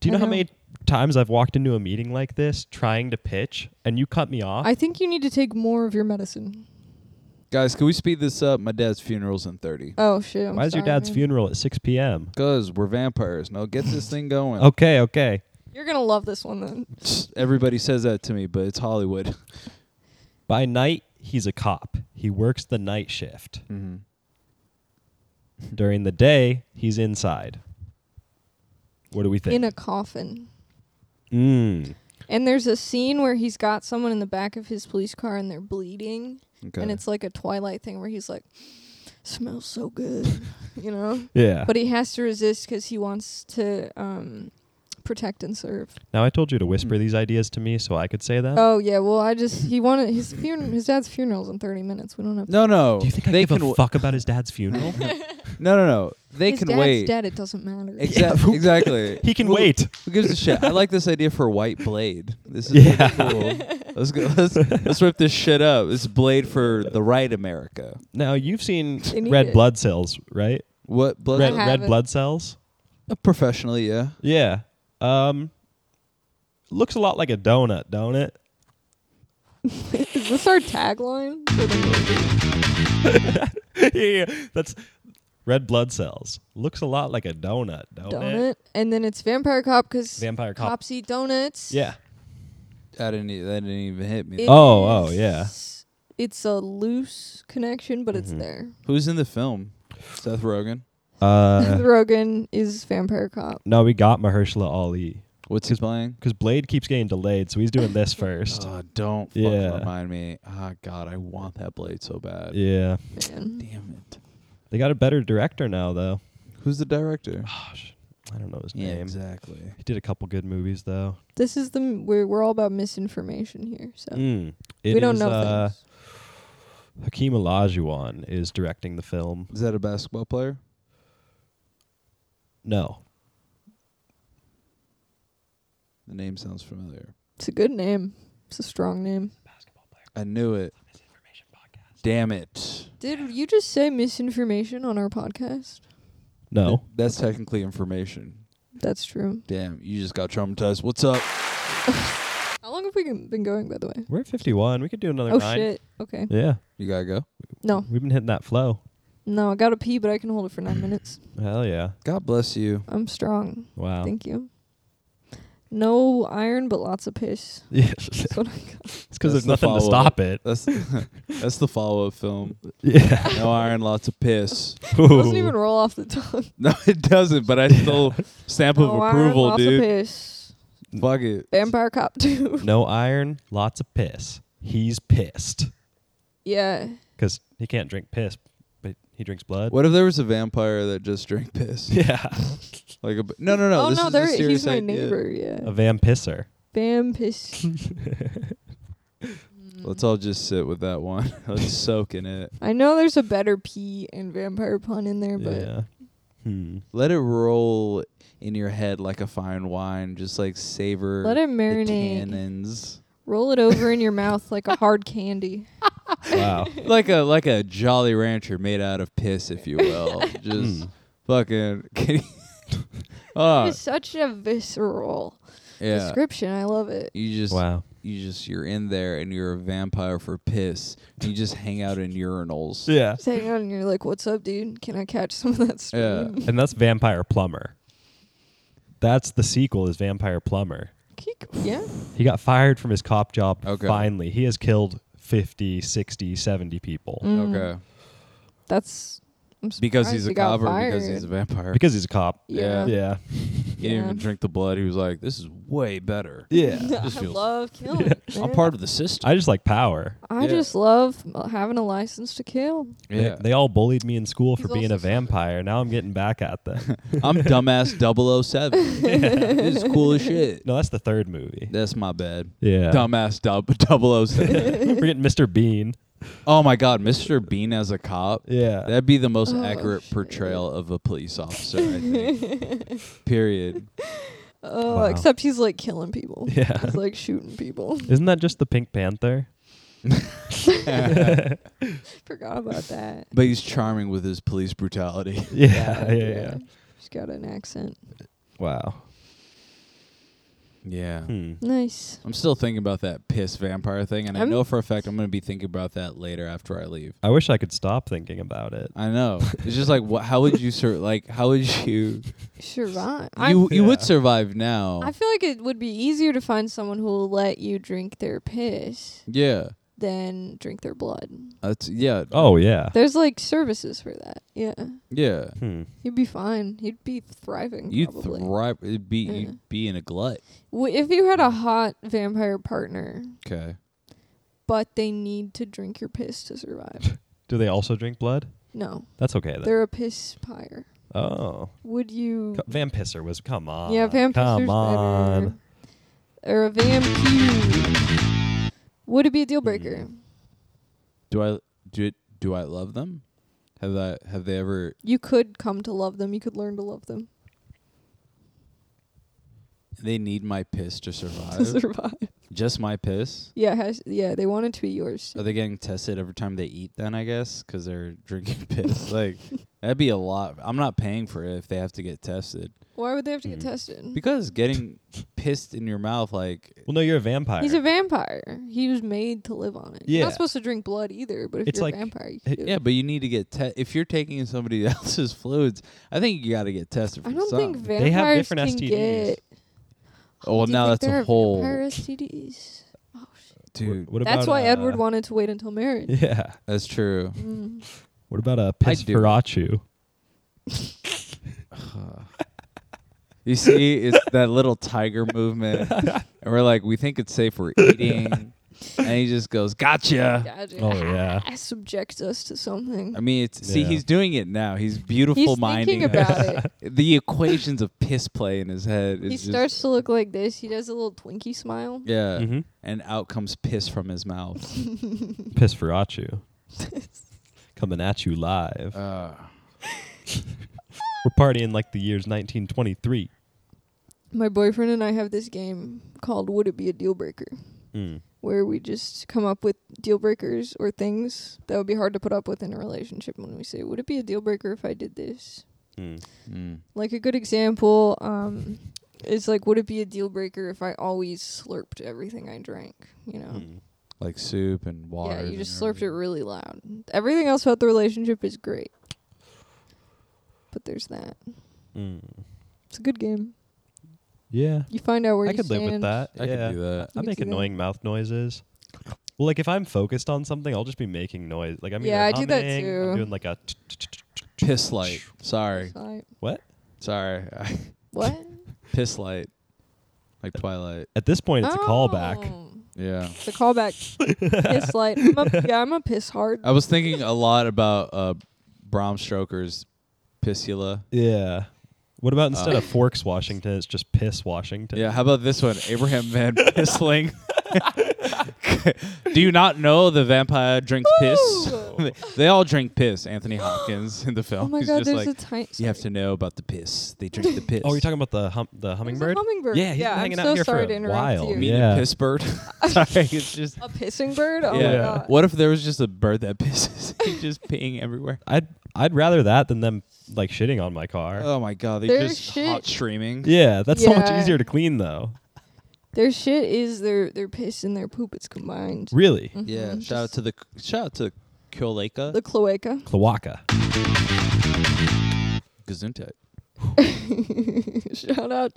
Do you know I how know. many times I've walked into a meeting like this trying to pitch and you cut me off? I think you need to take more of your medicine. Guys, can we speed this up? My dad's funeral's in 30. Oh shit! I'm Why is your sorry, dad's man. funeral at 6 p.m.? Because we're vampires. Now get this thing going. Okay, okay. You're gonna love this one then. Everybody says that to me, but it's Hollywood. By night, he's a cop. He works the night shift. Mm-hmm. During the day, he's inside. What do we think? In a coffin. mm. And there's a scene where he's got someone in the back of his police car and they're bleeding. Okay. And it's like a Twilight thing where he's like, smells so good, you know? Yeah. But he has to resist because he wants to um, protect and serve. Now I told you to whisper these ideas to me so I could say them. Oh yeah, well I just he wanted his funeral his dad's funeral's in 30 minutes. We don't have No, no. Do you think I they give a can wa- fuck about his dad's funeral? No, no, no. They his can dad's wait. dead. It doesn't matter. Exact- who- exactly. he can Who- wait. Who gives a shit? I like this idea for White Blade. This is Yeah. pretty cool. Let's go. Let's, let's rip this shit up. It's Blade for the right America. Now you've seen They need red it. blood cells, right? What blood? Red red haven't. blood cells. Uh-huh. Uh, professionally, yeah. Yeah. Um, looks a lot like a donut, don't it? Is this our tagline? yeah, yeah, that's red blood cells. Looks a lot like a donut, don't, it? Donut. And then it's Vampire Cop because Vampire cop. cops eat donuts. Yeah. I didn't. e- That didn't even hit me. It Oh, oh, yeah. is- It's a loose connection, but it's Mhm. there. Who's in the film? Seth Rogen. Uh, Rogan is Vampire Cop. no, we got Mahershala Ali What's he playing? because Blade keeps getting delayed, so he's doing this first. Oh, don't fucking Yeah. remind me. Ah, God, I want that Blade so bad. yeah, Man. Damn it. they got a better director now, though. Who's the director? Gosh, I don't know his Yeah, Ah, name. exactly. He did a couple good movies though. This is the m- we're we're all about misinformation here, so Mm. It we don't is, know Uh, things. Hakeem Olajuwon is directing the film. Is that a basketball player? No, The name sounds familiar. It's a good name. It's a strong name. I knew it. Damn it. Did you just say misinformation on our podcast? no. That's technically information. That's true. Damn, you just got traumatized. What's up? How long have we g- been going, by the way? We're at fifty-one. We could do another Oh nine. shit. Oh. Okay. Yeah, You gotta go. No, we've been hitting that flow. no, I gotta pee, but I can hold it for nine minutes. Hell yeah! God bless you. I'm strong. Oh. Wow. Thank you. No iron, but lots of piss. Yeah, That's what I got. it's because there's That's the nothing to follow-up. stop it. That's that's the follow up film. Yeah. No iron, lots of piss. Doesn't even roll off the tongue. No, it doesn't, but I still stamp of no iron, approval, lots of dude. piss. Fuck it. Vampire Cop 2. no iron, lots of piss. He's pissed yeah. because he can't drink piss, but he drinks blood. What if there was a vampire that just drank piss? Yeah, Like a, no, no, no. oh this no, is there a serious he's my idea. neighbor. Yeah. a vampisser. Bam piss. Let's all just sit with that one. Let's soak in it. I know there's a better pee and vampire pun in there, but Yeah. Hmm. Let it roll in your head like a fine wine. Just like savor let it the marinate. tannins. Roll it over in your mouth like a hard candy. Wow. like a like a Jolly Rancher made out of piss, if you will. Just Mm. fucking. oh It's such a visceral yeah. description. I love it. You just Wow. you just you're in there and you're a vampire for piss. You just hang out in urinals. Yeah. Just hang on, and you're like, "What's up, dude? Can I catch some of that stream?" Yeah. And that's Vampire Plumber. That's the sequel is Vampire Plumber. Keek. Yeah. He got fired from his cop job Okay. finally. He has killed 50, 60, 70 people Mm. Okay. That's I'm Hmm. Because surprised he's he a got cop or because fired. he's a vampire. because he's a cop. yeah. Yeah. He didn't Yeah. even drink the blood. He was like, "This is way better. Yeah. This I feels- love killing. I'm man. part of the system." I just like power. I Yeah. just love having a license to kill. They- yeah. They, all bullied me in school for He's being also a vampire. Now I'm getting back at them. I'm dumbass 007. This is cool as shit. no, that's the third movie. That's my bad. Yeah. Dumbass dub- 007. We're getting Mr. Bean. oh my god, Mr. Bean as a cop. Yeah. That'd be the most Oh, accurate shit. portrayal of a police officer, I think. Period. Oh, Wow. except he's like killing people. yeah. He's like shooting people. Isn't that just the Pink Panther? Forgot about that. But he's charming with his police brutality. Yeah. Yeah. yeah. She's got an accent. Wow. Yeah. Hmm. Nice. I'm still thinking about that piss vampire thing, and i I'm- know for a fact I'm going to be thinking about that later after I leave. I wish I could stop thinking about it. I know. It's just like, what, how would you sur- like? How would you? Survive. You you would Yeah. survive now. I feel like it would be easier to find someone who will let you drink their piss yeah. than drink their blood. That's yeah. Oh yeah. There's like services for that. Yeah. Yeah. Hmm. You'd be fine. You'd be thriving You'd probably. Mm. thrive. It'd be Yeah. you'd be in a glut. W- if you had a hot vampire partner, Okay. but they need to drink your piss to survive. Do they also drink blood? No. That's okay then. They're a piss pyre. Oh, Would you? Co- Vampisser was come on. yeah, Vampisers uh, Come better. on. Or a Vampire. Would it be a deal breaker? Hmm. Do I do it, do I love them? Have I have they ever You could come to love them. You could learn to love them they need my piss to to survive? survive. Just my piss? Yeah, has, yeah, they want it to be Uh, yours. Are they getting tested every time they eat then, I guess, cuz they're drinking piss? like that'd be a lot. I'm not paying for it if they have to get tested. Why would they have to get Mm. tested? Because getting pissed in your mouth like Well, no, you're a vampire. He's a vampire. He was made to live on it. You're Yeah. not supposed to drink blood either, but if It's you're like- a vampire, you it- do. yeah, but you need to get te- if you're taking somebody else's fluids. I think you got to get tested for I don't something. think vampires They have different can STDs. get. oh, well, Do you now think that's there a are whole Vampire STDs. Oh, shit. dude. What That's about, why uh, Edward wanted to wait until marriage. Yeah. That's true. Mm. What about uh, a pisferachu? You see, it's that little tiger movement, and we're like, we think it's safe. We're eating, and he just goes, "Gotcha." Gotcha. Oh yeah. Subjects us to something. I mean, it's see, Yeah. he's doing it now. He's beautiful He's minding thinking about it. the equations of piss play in his head. He It's just- starts to look like this. He does a little Twinkie smile. yeah, Mm-hmm. and out comes piss from his mouth. Pisferachu. Coming at you live. uh, We're partying like the year's 1923. My boyfriend and I have this game called Would It Be a Deal Breaker? Mm-hmm. Mm. where we just come up with deal breakers or things that would be hard to put up with in a relationship when we say would it be a deal breaker if i did this Mm. Oh. mm. like a good example um is like would it be a deal breaker if i always slurped everything i drank you know Mm. like soup and water. yeah you just and slurped it really loud everything else about the relationship is great but there's that Mm-hmm. Mm. it's a good game Yeah. you find out where I you could live with stand. that. I yeah. can do I that. You could make do that. annoying mouth noises. Well, like if I'm focused on something, I'll just be making noise. Like I'm Yeah, either I do that humming, too. I'm doing like a t- Piss light. Sorry, Sorry. sorry. what piss light, like Twilight. at this point it's a callback. Oh. Yeah. it's a callback piss light I'm a, yeah i'm a piss hard I was thinking a lot about uh, Bram Stoker's Pissula. Yeah. What about instead Uh, of forks Washington, it's just piss Washington? Yeah, how about this one? Abraham Van Pissling. Do you not know the vampire drinks Woo! piss? they all drink piss. Anthony Hopkins in the film. Oh my He's god, just there's like, a tiny. you have to know about the piss. They drink the piss. Oh, you're talking about the hum- the hummingbird? hummingbird. Yeah, he's been yeah. hanging I'm out so here for sorry a to interrupt while. you. mean Yeah. a piss bird? Sorry, it's just. A pissing bird. Oh yeah. my god. What if there was just a bird that pisses? He's just peeing everywhere. I'd I'd rather that than them like shitting on my car. Oh my god, they Their just hot shit- streaming. yeah, that's so much Yeah. easier to clean though. Their shit is their their piss and their poop. It's combined. Really, Mhm. Yeah, Just shout out to the shout out to Kyoleka. the cloaca. cloaca. Gesundheit. shout out.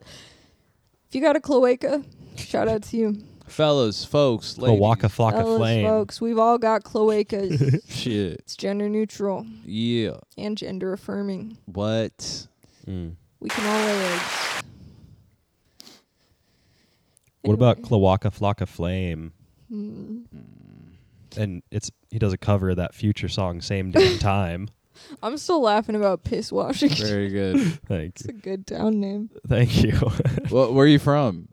If you got a cloaca, shout out to you, Fellas, folks, ladies. Cloaca flock of fellas, flame. folks. We've all got cloacas. Shit. it's gender neutral Yeah. and gender affirming. What? Mm. We can all lay eggs. What about Anyway. cloaca flock of flame? Hmm. Mm, And it's he does a cover of that future song, same damn time. I'm still laughing about piss washing. Very good. Thank It's a good town name. thank you. well, where are you from?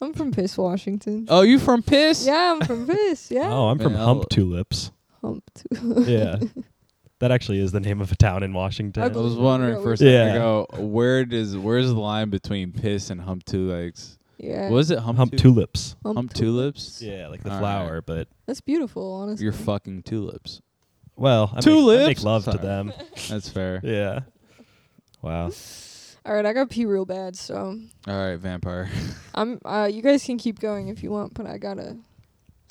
I'm from Piss Washington. Oh, you from Piss? Yeah, I'm from Piss. Yeah. oh, I'm from Yeah, I'll- Hump Tulips. Hump too. Yeah, that actually is the name of a town in I Washington. I believe- was wondering Yeah, for a second Yeah. ago, where does where's the line between piss and hump two legs? Yeah. Was it hump, Hump tu- tulips. Hump hump too. tulips? Yeah, like the All flower, but That's beautiful, honestly. You're fucking tulips. well, I make- I make, Tulips? love Sorry. to them. That's fair. Yeah. Wow. All right, I got pee real bad, so All right, vampire. I'm. Uh, you guys can keep going if you want, but I gotta.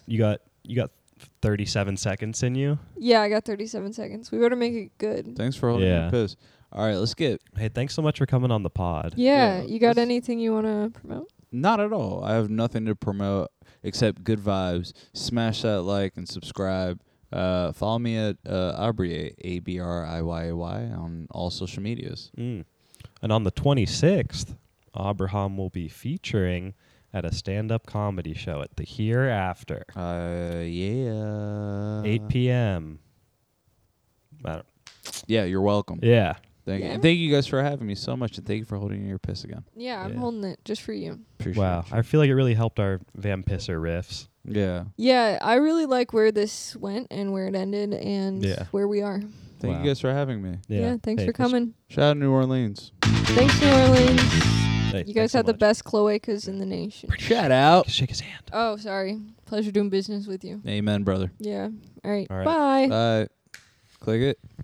You got you got 37 seconds in you. Yeah, I got 37 seconds. We better make it good. Thanks for holding Yeah. your piss. All right, let's get Hey, thanks so much for coming on the pod. Yeah, Yeah, you got let's- anything you wanna promote? Not at all. I have nothing to promote except good vibes. Smash that like and subscribe. Uh, follow me at uh, Abri A B R I Y A Y on all social medias. Mm. And on the 26th, Abraham will be featuring at a stand-up comedy show at the Hereafter, Uh, yeah. Uh. 8 p.m. I don't- Yeah, you're welcome. Yeah. Thank you. Yeah. And thank you guys for having me so much, and thank you for holding your piss again. Yeah, I'm Yeah. holding it just for you. Appreciate Wow, you. I feel like it really helped our Vampisser riffs. Yeah. Yeah, I really like where this went and where it ended and Yeah. where we are. Thank Wow. you guys for having me. Yeah, thanks Hey, for coming. Shout out to New Orleans. Thanks, New Orleans. hey, You thanks guys so have the much. best cloacas in the nation. Shout out. Shake his hand. Oh, sorry. Pleasure doing business with you. Amen, brother. Yeah. All right. All right. Bye. Uh, click it.